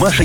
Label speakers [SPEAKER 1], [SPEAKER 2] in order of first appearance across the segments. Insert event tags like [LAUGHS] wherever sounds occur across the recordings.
[SPEAKER 1] Маша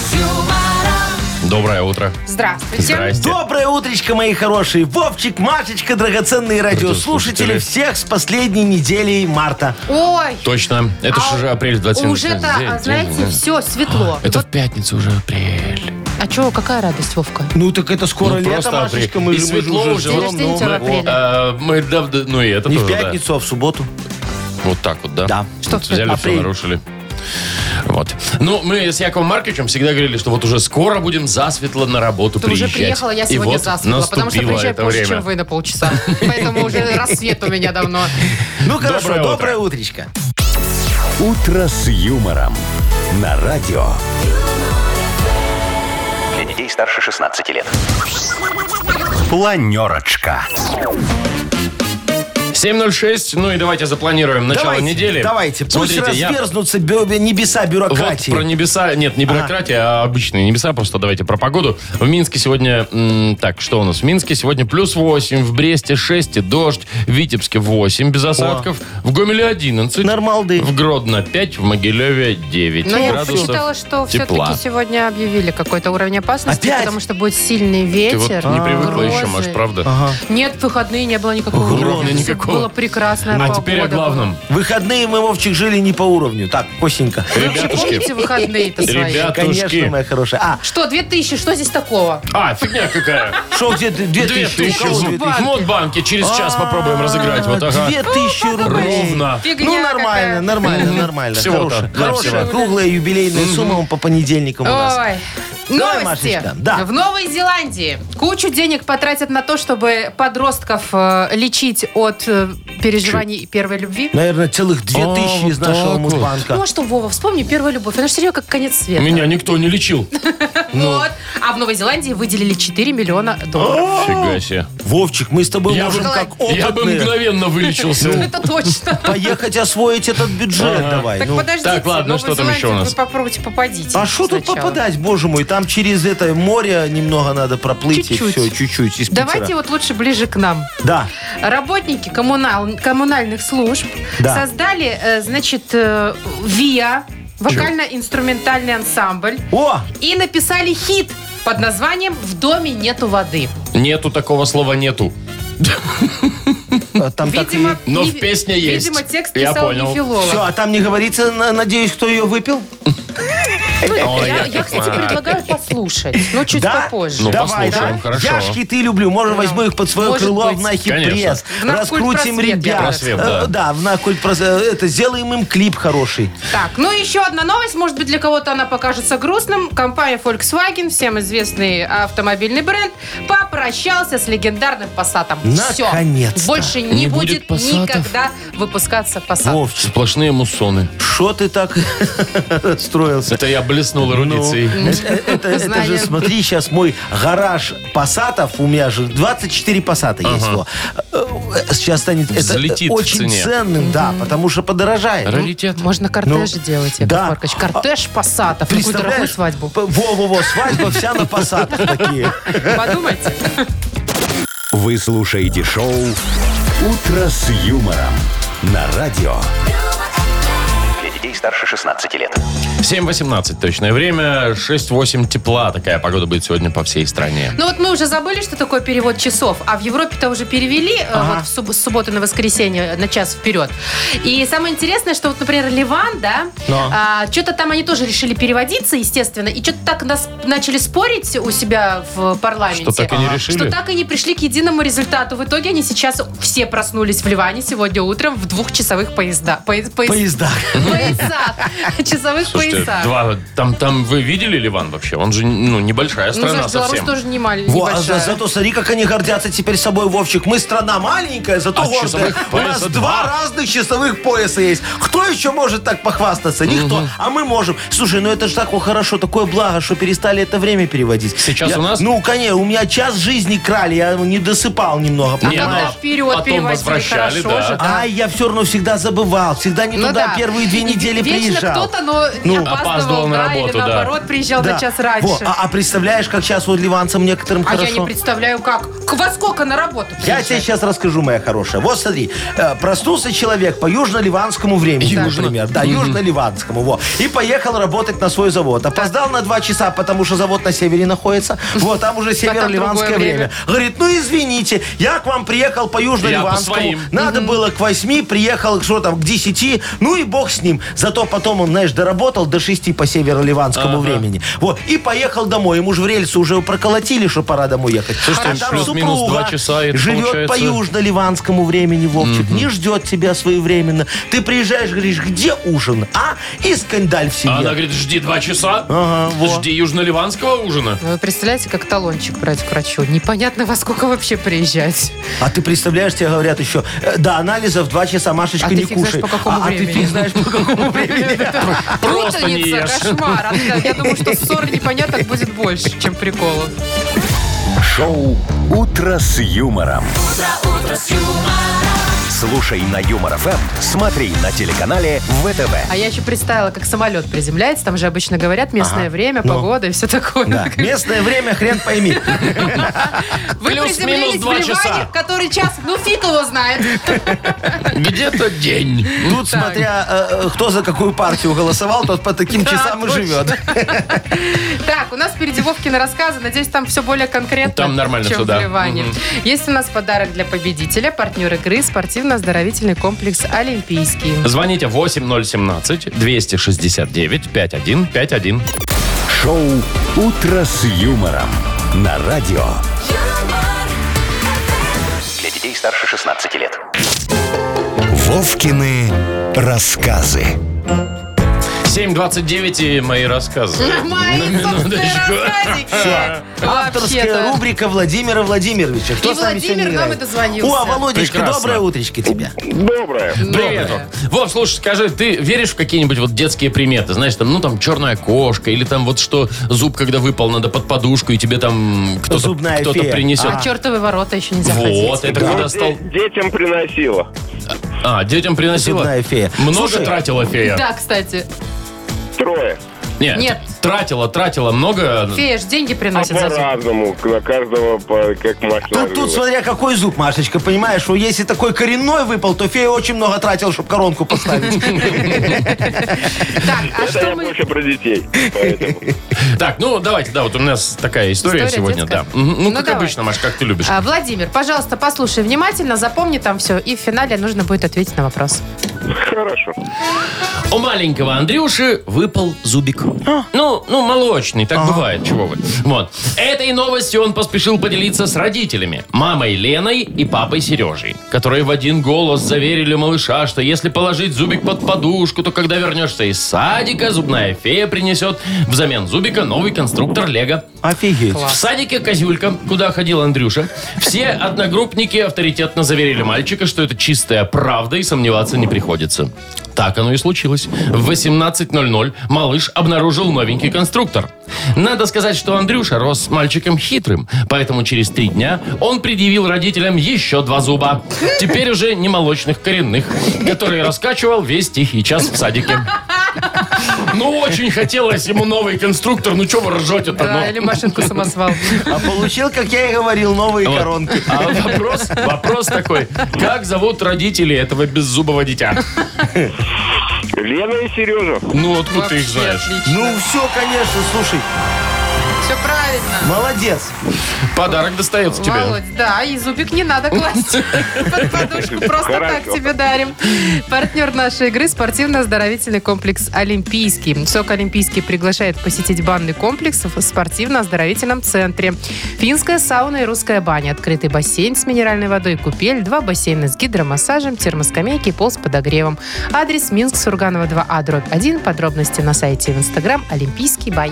[SPEAKER 2] Доброе утро.
[SPEAKER 3] Здравствуйте.
[SPEAKER 2] Здрасте.
[SPEAKER 4] Доброе утречко, мои хорошие. Вовчик, Машечка, драгоценные радиослушатели.
[SPEAKER 2] Радиослушатели.
[SPEAKER 4] Всех с последней недели марта.
[SPEAKER 3] Ой.
[SPEAKER 2] Точно. Это же
[SPEAKER 3] А
[SPEAKER 2] уже апрель 27
[SPEAKER 3] Уже-то, а, знаете, все светло.
[SPEAKER 2] А, Это в пятницу уже апрель.
[SPEAKER 3] А чего, какая радость, Вовка?
[SPEAKER 4] Ну так это скоро
[SPEAKER 2] Ну,
[SPEAKER 4] лето,
[SPEAKER 2] просто апрель.
[SPEAKER 4] Машечка. Мы
[SPEAKER 2] И
[SPEAKER 4] же, мы же
[SPEAKER 2] светло
[SPEAKER 4] уже
[SPEAKER 2] уже.
[SPEAKER 4] ждем,
[SPEAKER 3] День рождения
[SPEAKER 4] ну.
[SPEAKER 3] у тебя в апреле.
[SPEAKER 2] А, Мы давно... Ну и это
[SPEAKER 4] Не в
[SPEAKER 2] тоже, да.
[SPEAKER 4] пятницу, а в субботу.
[SPEAKER 2] Вот так вот, да?
[SPEAKER 4] Да.
[SPEAKER 3] Что
[SPEAKER 2] Вот
[SPEAKER 3] в
[SPEAKER 2] взяли, все
[SPEAKER 4] апрель?
[SPEAKER 2] нарушили. Вот. Ну, мы с Яковом Марковичем всегда говорили, что вот уже скоро будем засветло на работу
[SPEAKER 3] А Ты уже
[SPEAKER 2] приезжать.
[SPEAKER 3] приехала, я
[SPEAKER 2] И
[SPEAKER 3] сегодня
[SPEAKER 2] вот
[SPEAKER 3] заснула, потому что
[SPEAKER 2] наступило
[SPEAKER 3] приезжаю
[SPEAKER 2] это
[SPEAKER 3] позже,
[SPEAKER 2] время.
[SPEAKER 3] чем вы на полчаса.
[SPEAKER 2] [LAUGHS]
[SPEAKER 3] Поэтому уже рассвет у меня давно.
[SPEAKER 4] Ну хорошо,
[SPEAKER 2] Доброе
[SPEAKER 4] доброе,
[SPEAKER 2] утро.
[SPEAKER 4] утречко.
[SPEAKER 1] «Утро с юмором» на радио.
[SPEAKER 5] Для детей старше 16 лет.
[SPEAKER 1] Планерочка.
[SPEAKER 2] 7.06, ну и давайте запланируем начало
[SPEAKER 4] давайте,
[SPEAKER 2] недели.
[SPEAKER 4] Давайте, пусть
[SPEAKER 2] Смотрите, я
[SPEAKER 4] разверзнутся бю- небеса
[SPEAKER 2] Вот
[SPEAKER 4] бюрократии.
[SPEAKER 2] про небеса, нет, не бюрократия, а обычные небеса, просто давайте про погоду. В Минске сегодня, м, так, что у нас? В Минске сегодня плюс 8, в Бресте 6 и дождь, в Витебске 8 без осадков, в Гомеле 11,
[SPEAKER 4] Нормалды.
[SPEAKER 2] в Гродно 5, в Могилеве 9
[SPEAKER 3] Но Ну, я
[SPEAKER 2] градусов
[SPEAKER 3] посчитала, что
[SPEAKER 2] тепла.
[SPEAKER 3] все-таки сегодня объявили какой-то уровень опасности,
[SPEAKER 4] Опять?
[SPEAKER 3] потому что будет сильный
[SPEAKER 2] Ты вот
[SPEAKER 3] ветер.
[SPEAKER 2] не привыкла
[SPEAKER 3] грозы.
[SPEAKER 2] еще, Маш, правда?
[SPEAKER 3] Нет, в выходные не было никакого
[SPEAKER 2] Уровня
[SPEAKER 3] уровня.
[SPEAKER 2] никакого.
[SPEAKER 3] Было прекрасная
[SPEAKER 2] А
[SPEAKER 3] погода.
[SPEAKER 2] теперь о главном.
[SPEAKER 4] Выходные мы, Вовчик, жили не по уровню. Так, косенько.
[SPEAKER 3] Ну, Вообще,
[SPEAKER 2] Ребятушки,
[SPEAKER 3] помните выходные-то свои?
[SPEAKER 4] Конечно,
[SPEAKER 2] ребятушки.
[SPEAKER 4] моя хорошая. А,
[SPEAKER 3] Что, 2000, что здесь такого?
[SPEAKER 2] А, фигня
[SPEAKER 3] [LAUGHS]
[SPEAKER 2] какая.
[SPEAKER 4] что где ты- две
[SPEAKER 2] Две
[SPEAKER 4] тысячи?
[SPEAKER 2] тысячи
[SPEAKER 4] У кого две
[SPEAKER 2] в
[SPEAKER 4] тысячи?
[SPEAKER 2] Модбанке. Через час попробуем
[SPEAKER 4] А,
[SPEAKER 2] разыграть. Вот, ага.
[SPEAKER 4] Две тысячи рублей.
[SPEAKER 2] Ровно.
[SPEAKER 3] Фигня
[SPEAKER 4] ну, нормально,
[SPEAKER 3] какая.
[SPEAKER 4] нормально,
[SPEAKER 2] Мгм.
[SPEAKER 4] нормально.
[SPEAKER 2] Всего-то,
[SPEAKER 4] Хорошая,
[SPEAKER 2] да,
[SPEAKER 4] хорошая
[SPEAKER 2] всего.
[SPEAKER 4] круглая юбилейная сумма он по понедельникам у нас.
[SPEAKER 3] Ой.
[SPEAKER 4] Давай,
[SPEAKER 3] Новости.
[SPEAKER 4] Машечка, да.
[SPEAKER 3] В Новой Зеландии кучу денег потратят на то, чтобы подростков э, лечить от э, переживаний первой любви.
[SPEAKER 4] Наверное, целых
[SPEAKER 2] А,
[SPEAKER 4] две тысячи из
[SPEAKER 2] вот
[SPEAKER 4] нашего
[SPEAKER 2] так вот.
[SPEAKER 3] Ну
[SPEAKER 4] мудбанка.
[SPEAKER 3] а что, Вова, вспомни первую любовь. Она же все равно как конец света.
[SPEAKER 2] Меня никто не
[SPEAKER 3] [LAUGHS]
[SPEAKER 2] лечил.
[SPEAKER 4] ну.
[SPEAKER 3] Вот. А в Новой Зеландии выделили 4 миллиона
[SPEAKER 4] [LAUGHS]
[SPEAKER 3] долларов.
[SPEAKER 2] Фига себе.
[SPEAKER 4] Вовчик, мы с тобой
[SPEAKER 2] Я
[SPEAKER 4] можем
[SPEAKER 2] бы-
[SPEAKER 4] как
[SPEAKER 2] Я бы
[SPEAKER 4] опытные
[SPEAKER 2] мгновенно
[SPEAKER 4] Ну.
[SPEAKER 2] вылечился.
[SPEAKER 3] Это точно.
[SPEAKER 4] поехать освоить этот бюджет давай.
[SPEAKER 3] Так
[SPEAKER 4] ну.
[SPEAKER 3] подождите,
[SPEAKER 2] Так, ладно,
[SPEAKER 3] Новую
[SPEAKER 2] что там еще у
[SPEAKER 3] Зеландию
[SPEAKER 2] нас?
[SPEAKER 3] Вы попробуйте попадите.
[SPEAKER 4] А что тут
[SPEAKER 3] сначала.
[SPEAKER 4] попадать, боже мой? Там через это море немного надо проплыть
[SPEAKER 3] Чуть-чуть.
[SPEAKER 4] и все, чуть-чуть. из Питера.
[SPEAKER 3] Давайте вот лучше ближе к нам.
[SPEAKER 4] Да.
[SPEAKER 3] Работники коммунал- коммунальных служб
[SPEAKER 4] Да.
[SPEAKER 3] создали, э, значит, э, ВИА, вокально-инструментальный ансамбль,
[SPEAKER 4] О,
[SPEAKER 3] и написали хит под названием «В доме нету воды».
[SPEAKER 2] Нету такого слова нету.
[SPEAKER 4] а там так
[SPEAKER 3] Видимо,
[SPEAKER 2] Но
[SPEAKER 3] не-
[SPEAKER 2] в песне есть.
[SPEAKER 3] Видимо, текст
[SPEAKER 2] Я
[SPEAKER 3] писал
[SPEAKER 2] понял.
[SPEAKER 3] не Филова.
[SPEAKER 4] Все, а там не говорится, на- надеюсь, кто ее выпил?
[SPEAKER 2] Ой,
[SPEAKER 3] Ну, Я,
[SPEAKER 2] Яков
[SPEAKER 3] я, кстати,
[SPEAKER 2] Маркович.
[SPEAKER 3] предлагаю послушать, но чуть
[SPEAKER 4] Да?
[SPEAKER 3] попозже.
[SPEAKER 2] Ну,
[SPEAKER 4] Давай,
[SPEAKER 2] послушаем,
[SPEAKER 4] да?
[SPEAKER 2] хорошо.
[SPEAKER 4] Я ж хиты люблю. Может, возьму их под свое
[SPEAKER 3] Ну, Может
[SPEAKER 4] крыло
[SPEAKER 3] быть.
[SPEAKER 4] в Нахи
[SPEAKER 2] Конечно.
[SPEAKER 4] пресс.
[SPEAKER 3] В Нахкульт просвет,
[SPEAKER 4] Раскрутим
[SPEAKER 3] я
[SPEAKER 4] ребят.
[SPEAKER 3] бы
[SPEAKER 2] Просвет, да.
[SPEAKER 4] Э, Да, в Нахкульт прос- э, Это сделаем им клип хороший.
[SPEAKER 3] Так, ну еще одна новость. Может быть, для кого-то она покажется грустным. Компания Volkswagen, всем известный автомобильный бренд, попрощался с легендарным Passatом. Всё.
[SPEAKER 4] Наконец-то.
[SPEAKER 3] Больше не,
[SPEAKER 2] Не будет
[SPEAKER 3] будет,
[SPEAKER 2] «Пассатов».
[SPEAKER 3] никогда выпускаться Passat.
[SPEAKER 4] Вовчик,
[SPEAKER 2] Сплошные муссоны.
[SPEAKER 4] что ты так [LAUGHS] расстроился?
[SPEAKER 2] Это я блеснул эрудицией.
[SPEAKER 4] Э, э, Это, это
[SPEAKER 3] Знаем.
[SPEAKER 4] же, смотри, сейчас мой гараж пассатов, у меня же 24 пассата есть. во. Э, э, Сейчас станет это, э,
[SPEAKER 2] Взлетит в
[SPEAKER 4] очень
[SPEAKER 2] цене.
[SPEAKER 4] ценным, да, потому что подорожает.
[SPEAKER 2] Раритет.
[SPEAKER 3] Можно кортеж
[SPEAKER 4] Ну,
[SPEAKER 3] делать, Яков
[SPEAKER 4] да.
[SPEAKER 3] Маркович. Кортеж Пассатов. Какую дорогую
[SPEAKER 4] Представляешь?
[SPEAKER 3] свадьбу.
[SPEAKER 4] П- Во-во-во, свадьба вся на пассатах такие.
[SPEAKER 3] Подумайте.
[SPEAKER 1] Вы слушаете шоу «Утро с юмором» на радио.
[SPEAKER 5] Для детей старше 16 лет.
[SPEAKER 2] 7.18 точное время, 6-8 тепла. Такая погода будет сегодня по всей стране.
[SPEAKER 3] Ну вот мы уже забыли, что такое перевод часов, а в Европе-то уже перевели э, вот в суб- с субботы на воскресенье э, на час вперед. И самое интересное, что вот, например, Ливан, да,
[SPEAKER 4] Но.
[SPEAKER 3] что-то там они тоже решили переводиться, естественно, и что-то так нас начали спорить у себя в парламенте.
[SPEAKER 2] Что, так и не решили?
[SPEAKER 3] Что так и не пришли к единому результату. В итоге они сейчас все проснулись в Ливане сегодня утром в двухчасовых поезда, поез- поез-
[SPEAKER 4] Поезда.
[SPEAKER 3] поясах. [LAUGHS] Часовых
[SPEAKER 2] Слушайте,
[SPEAKER 3] поясах.
[SPEAKER 2] два, там, там вы видели Ливан вообще? Он же ну, небольшая
[SPEAKER 3] Ну,
[SPEAKER 2] страна
[SPEAKER 3] знаешь, Беларусь
[SPEAKER 2] совсем.
[SPEAKER 3] тоже не маль-
[SPEAKER 4] Во, а
[SPEAKER 3] небольшая.
[SPEAKER 4] за- зато смотри, как они гордятся теперь собой, Вовчик. Мы страна маленькая, зато
[SPEAKER 2] А
[SPEAKER 4] гордая.
[SPEAKER 2] часовых
[SPEAKER 4] У нас
[SPEAKER 2] пояса
[SPEAKER 4] два
[SPEAKER 2] два.
[SPEAKER 4] разных часовых пояса есть. Кто еще может так похвастаться? Никто. А мы можем. Слушай, ну это же так о, хорошо, такое благо, что перестали это время переводить.
[SPEAKER 2] Сейчас
[SPEAKER 4] Я-
[SPEAKER 2] у нас?
[SPEAKER 4] Ну, конечно, у меня час жизни крали, я не досыпал немного,
[SPEAKER 2] Не,
[SPEAKER 3] А когда
[SPEAKER 4] понимаешь? А
[SPEAKER 2] ну,
[SPEAKER 3] вперед
[SPEAKER 2] потом
[SPEAKER 3] переводили,
[SPEAKER 2] возвращали, ну,
[SPEAKER 3] хорошо
[SPEAKER 2] да.
[SPEAKER 3] же, да.
[SPEAKER 4] Ай, я все равно всегда забывал, всегда не
[SPEAKER 3] А, Ну
[SPEAKER 4] туда
[SPEAKER 3] да.
[SPEAKER 4] первые две
[SPEAKER 3] И
[SPEAKER 4] недели
[SPEAKER 3] вечно
[SPEAKER 4] приезжал.
[SPEAKER 3] кто-то, но
[SPEAKER 4] Ну,
[SPEAKER 3] опаздывал,
[SPEAKER 2] опаздывал на
[SPEAKER 3] да,
[SPEAKER 2] работу,
[SPEAKER 3] или
[SPEAKER 2] да.
[SPEAKER 3] наоборот, приезжал
[SPEAKER 4] Да.
[SPEAKER 3] на час раньше.
[SPEAKER 4] Во, а, а представляешь, как сейчас вот ливанцам некоторым
[SPEAKER 3] А
[SPEAKER 4] хорошо?
[SPEAKER 3] я не представляю, как. К- Во сколько на работу
[SPEAKER 4] Я
[SPEAKER 3] приезжать?
[SPEAKER 4] тебе сейчас расскажу, моя хорошая. Вот смотри, э, проснулся человек по южно-ливанскому времени,
[SPEAKER 2] Южно.
[SPEAKER 4] например. Да, южно-ливанскому. Во. И поехал работать на свой завод. Опоздал на два часа, потому что завод на севере находится. Вот, там уже северо-ливанское
[SPEAKER 3] другое
[SPEAKER 4] время.
[SPEAKER 3] время.
[SPEAKER 4] Говорит, ну извините, я к вам приехал по
[SPEAKER 2] Я по
[SPEAKER 4] южно-ливанскому.
[SPEAKER 2] своим.
[SPEAKER 4] Надо было к восьми, приехал что там, к десяти. Ну и бог с ним. Зато потом он, знаешь, доработал до шести по северо-ливанскому времени. Вот. И поехал домой. Ему же в рельсы уже проколотили, что пора домой ехать.
[SPEAKER 2] Слушайте,
[SPEAKER 4] А там
[SPEAKER 2] плюс-минус
[SPEAKER 4] супруга
[SPEAKER 2] два часа, и это
[SPEAKER 4] живет
[SPEAKER 2] получается-
[SPEAKER 4] по южно-ливанскому времени, Вовчик, не ждет тебя своевременно. Ты приезжаешь, говоришь, где ужин, а? И скандаль в
[SPEAKER 2] А
[SPEAKER 4] семье.
[SPEAKER 2] она говорит, жди два часа,
[SPEAKER 4] Ага, во.
[SPEAKER 2] жди южно-ливанского ужина.
[SPEAKER 3] [LAUGHS] Ну, Вы представляете, как талончик брать к врачу? Непонятно, во сколько вообще приезжать.
[SPEAKER 4] А ты представляешь, тебе говорят еще, «Э, до анализов два часа, Машечка,
[SPEAKER 3] А ты
[SPEAKER 4] не
[SPEAKER 3] фиг знаешь,
[SPEAKER 4] кушай.
[SPEAKER 3] по какому
[SPEAKER 4] а, а ты
[SPEAKER 3] времени.
[SPEAKER 4] фиг знаешь,
[SPEAKER 3] [LAUGHS]
[SPEAKER 4] по
[SPEAKER 3] Ну,
[SPEAKER 4] какому времени.
[SPEAKER 2] Просто не
[SPEAKER 3] Путаница,
[SPEAKER 2] ешь.
[SPEAKER 3] кошмар. А Я я думаю, что ссор непоняток будет больше, чем приколов.
[SPEAKER 1] Шоу «Утро с юмором». Слушай на Юмор ФМ, смотри на телеканале ВТВ.
[SPEAKER 3] А я еще представила, как самолет приземляется. Там же обычно говорят местное время,
[SPEAKER 4] Ну.
[SPEAKER 3] погода и все такое. [LAUGHS]
[SPEAKER 4] Да, местное время, хрен пойми.
[SPEAKER 3] Вы
[SPEAKER 2] Плюс-минус
[SPEAKER 3] приземлились в
[SPEAKER 2] два
[SPEAKER 3] Ливане,
[SPEAKER 2] часа.
[SPEAKER 3] который час, ну фиг его знает. [LAUGHS]
[SPEAKER 2] Где-то день.
[SPEAKER 4] Тут смотря, э, э, кто за какую партию голосовал, тот по
[SPEAKER 3] [LAUGHS]
[SPEAKER 4] таким
[SPEAKER 3] Да,
[SPEAKER 4] часам и
[SPEAKER 3] точно.
[SPEAKER 4] живет.
[SPEAKER 3] Так, у нас впереди Вовкины рассказы. Надеюсь, там все более конкретно,
[SPEAKER 2] Там нормально
[SPEAKER 3] чем
[SPEAKER 2] всё,
[SPEAKER 3] в
[SPEAKER 2] да.
[SPEAKER 3] Ливане.
[SPEAKER 2] Мгм.
[SPEAKER 3] Есть у нас подарок для победителя, партнер игры, спортивно-оздоровительный комплекс «Олимпийский».
[SPEAKER 2] Звоните 8017-269-5151.
[SPEAKER 1] Шоу «Утро с юмором» на радио.
[SPEAKER 5] Для детей старше 16 лет.
[SPEAKER 1] Вовкины рассказы.
[SPEAKER 2] 7.29 и мои рассказы. [LAUGHS]
[SPEAKER 3] Мои
[SPEAKER 2] На минуточку.
[SPEAKER 3] собственные рассказики.
[SPEAKER 4] Авторская
[SPEAKER 3] Вообще-то.
[SPEAKER 4] рубрика Владимира Владимировича. Кто
[SPEAKER 3] И
[SPEAKER 4] с нами
[SPEAKER 3] Владимир
[SPEAKER 4] сегодня
[SPEAKER 3] нам
[SPEAKER 4] играет?
[SPEAKER 3] и дозвонился.
[SPEAKER 4] О, Володечка,
[SPEAKER 2] Прекрасно.
[SPEAKER 4] доброе утречко тебе.
[SPEAKER 2] Привет. Вов, слушай, скажи, ты веришь в какие-нибудь вот детские приметы? Знаешь, там, ну, там черная кошка, или там вот что, зуб, когда выпал, надо под подушку, и тебе там кто-то
[SPEAKER 4] Зубная
[SPEAKER 2] кто
[SPEAKER 4] фея.
[SPEAKER 2] принесет.
[SPEAKER 3] А чертовы ворота еще не заходить.
[SPEAKER 2] вот, это когда стал...
[SPEAKER 6] Детям приносила.
[SPEAKER 2] А, детям приносила?
[SPEAKER 4] Зубная фея.
[SPEAKER 2] Много
[SPEAKER 4] Слушай,
[SPEAKER 2] тратила фея?
[SPEAKER 3] Да, кстати.
[SPEAKER 6] Трое.
[SPEAKER 2] Нет,
[SPEAKER 3] Нет.
[SPEAKER 2] Тратила, тратила много.
[SPEAKER 3] Фея ж деньги
[SPEAKER 6] А
[SPEAKER 3] приносит за зуб.
[SPEAKER 6] по-разному. На каждого по- как мать
[SPEAKER 4] Тут, тут
[SPEAKER 6] наложила.
[SPEAKER 4] смотря какой зуб, Машечка, понимаешь, что если такой коренной выпал, то фея очень много тратил, чтобы коронку поставить.
[SPEAKER 3] [LAUGHS] Так, а
[SPEAKER 6] Это
[SPEAKER 3] что
[SPEAKER 6] я
[SPEAKER 3] мы...
[SPEAKER 6] больше про детей. Поэтому.
[SPEAKER 2] Так, ну давайте, да, вот у нас такая история,
[SPEAKER 3] История
[SPEAKER 2] сегодня,
[SPEAKER 3] детская?
[SPEAKER 2] да. Мгм. Ну,
[SPEAKER 3] Ну,
[SPEAKER 2] как
[SPEAKER 3] давай.
[SPEAKER 2] обычно, Маш, как ты любишь.
[SPEAKER 3] А, Владимир, пожалуйста, послушай внимательно, запомни там все, и в финале нужно будет ответить на вопрос.
[SPEAKER 6] Хорошо.
[SPEAKER 2] У маленького Андрюши выпал зубик. Ну, ну, молочный, так бывает, чего вы. Вот. Этой новостью он поспешил поделиться с родителями. Мамой Леной и папой Сережей, которые в один голос заверили малыша, что если положить зубик под подушку, то когда вернешься из садика, зубная фея принесет взамен зубика новый конструктор Лего.
[SPEAKER 4] Офигеть.
[SPEAKER 2] В садике Козюлька, куда ходил Андрюша, все одногруппники авторитетно заверили мальчика, что это чистая правда и сомневаться не приходится. Так оно и случилось. В 18.00 малыш обнаружил новенький конструктор. Надо сказать, что Андрюша рос мальчиком хитрым, поэтому через три дня он предъявил родителям еще два зуба. Теперь уже не молочных коренных, которые раскачивал весь тихий час в садике. Ну, очень хотелось ему новый конструктор. Ну, что вы ржете-то?
[SPEAKER 3] Да,
[SPEAKER 2] ну?
[SPEAKER 3] А, или машинку самосвал.
[SPEAKER 4] А получил, как я и говорил, новые
[SPEAKER 2] Вот.
[SPEAKER 4] коронки.
[SPEAKER 2] А вопрос, вопрос такой. Как зовут родители этого беззубого дитя?
[SPEAKER 6] Лена и Сережа.
[SPEAKER 2] Ну, откуда ты их
[SPEAKER 3] Вообще
[SPEAKER 2] знаешь?
[SPEAKER 3] отлично.
[SPEAKER 4] Ну все, конечно, слушай,
[SPEAKER 3] Все правильно.
[SPEAKER 4] молодец.
[SPEAKER 2] Подарок достается тебе.
[SPEAKER 3] Володь, да, и зубик не надо класть [LAUGHS] под подушку. Просто так
[SPEAKER 6] Хорошо.
[SPEAKER 3] тебе дарим. Партнер нашей игры – спортивно-оздоровительный комплекс «Олимпийский». СОК «Олимпийский» приглашает посетить банный комплекс в спортивно-оздоровительном центре. Финская сауна и русская баня, открытый бассейн с минеральной водой, купель, два бассейна с гидромассажем, термоскамейки и пол с подогревом. Адрес Минск, Сурганова 2А, дробь 1. Подробности на сайте и в Инстаграм «Олимпийский бай».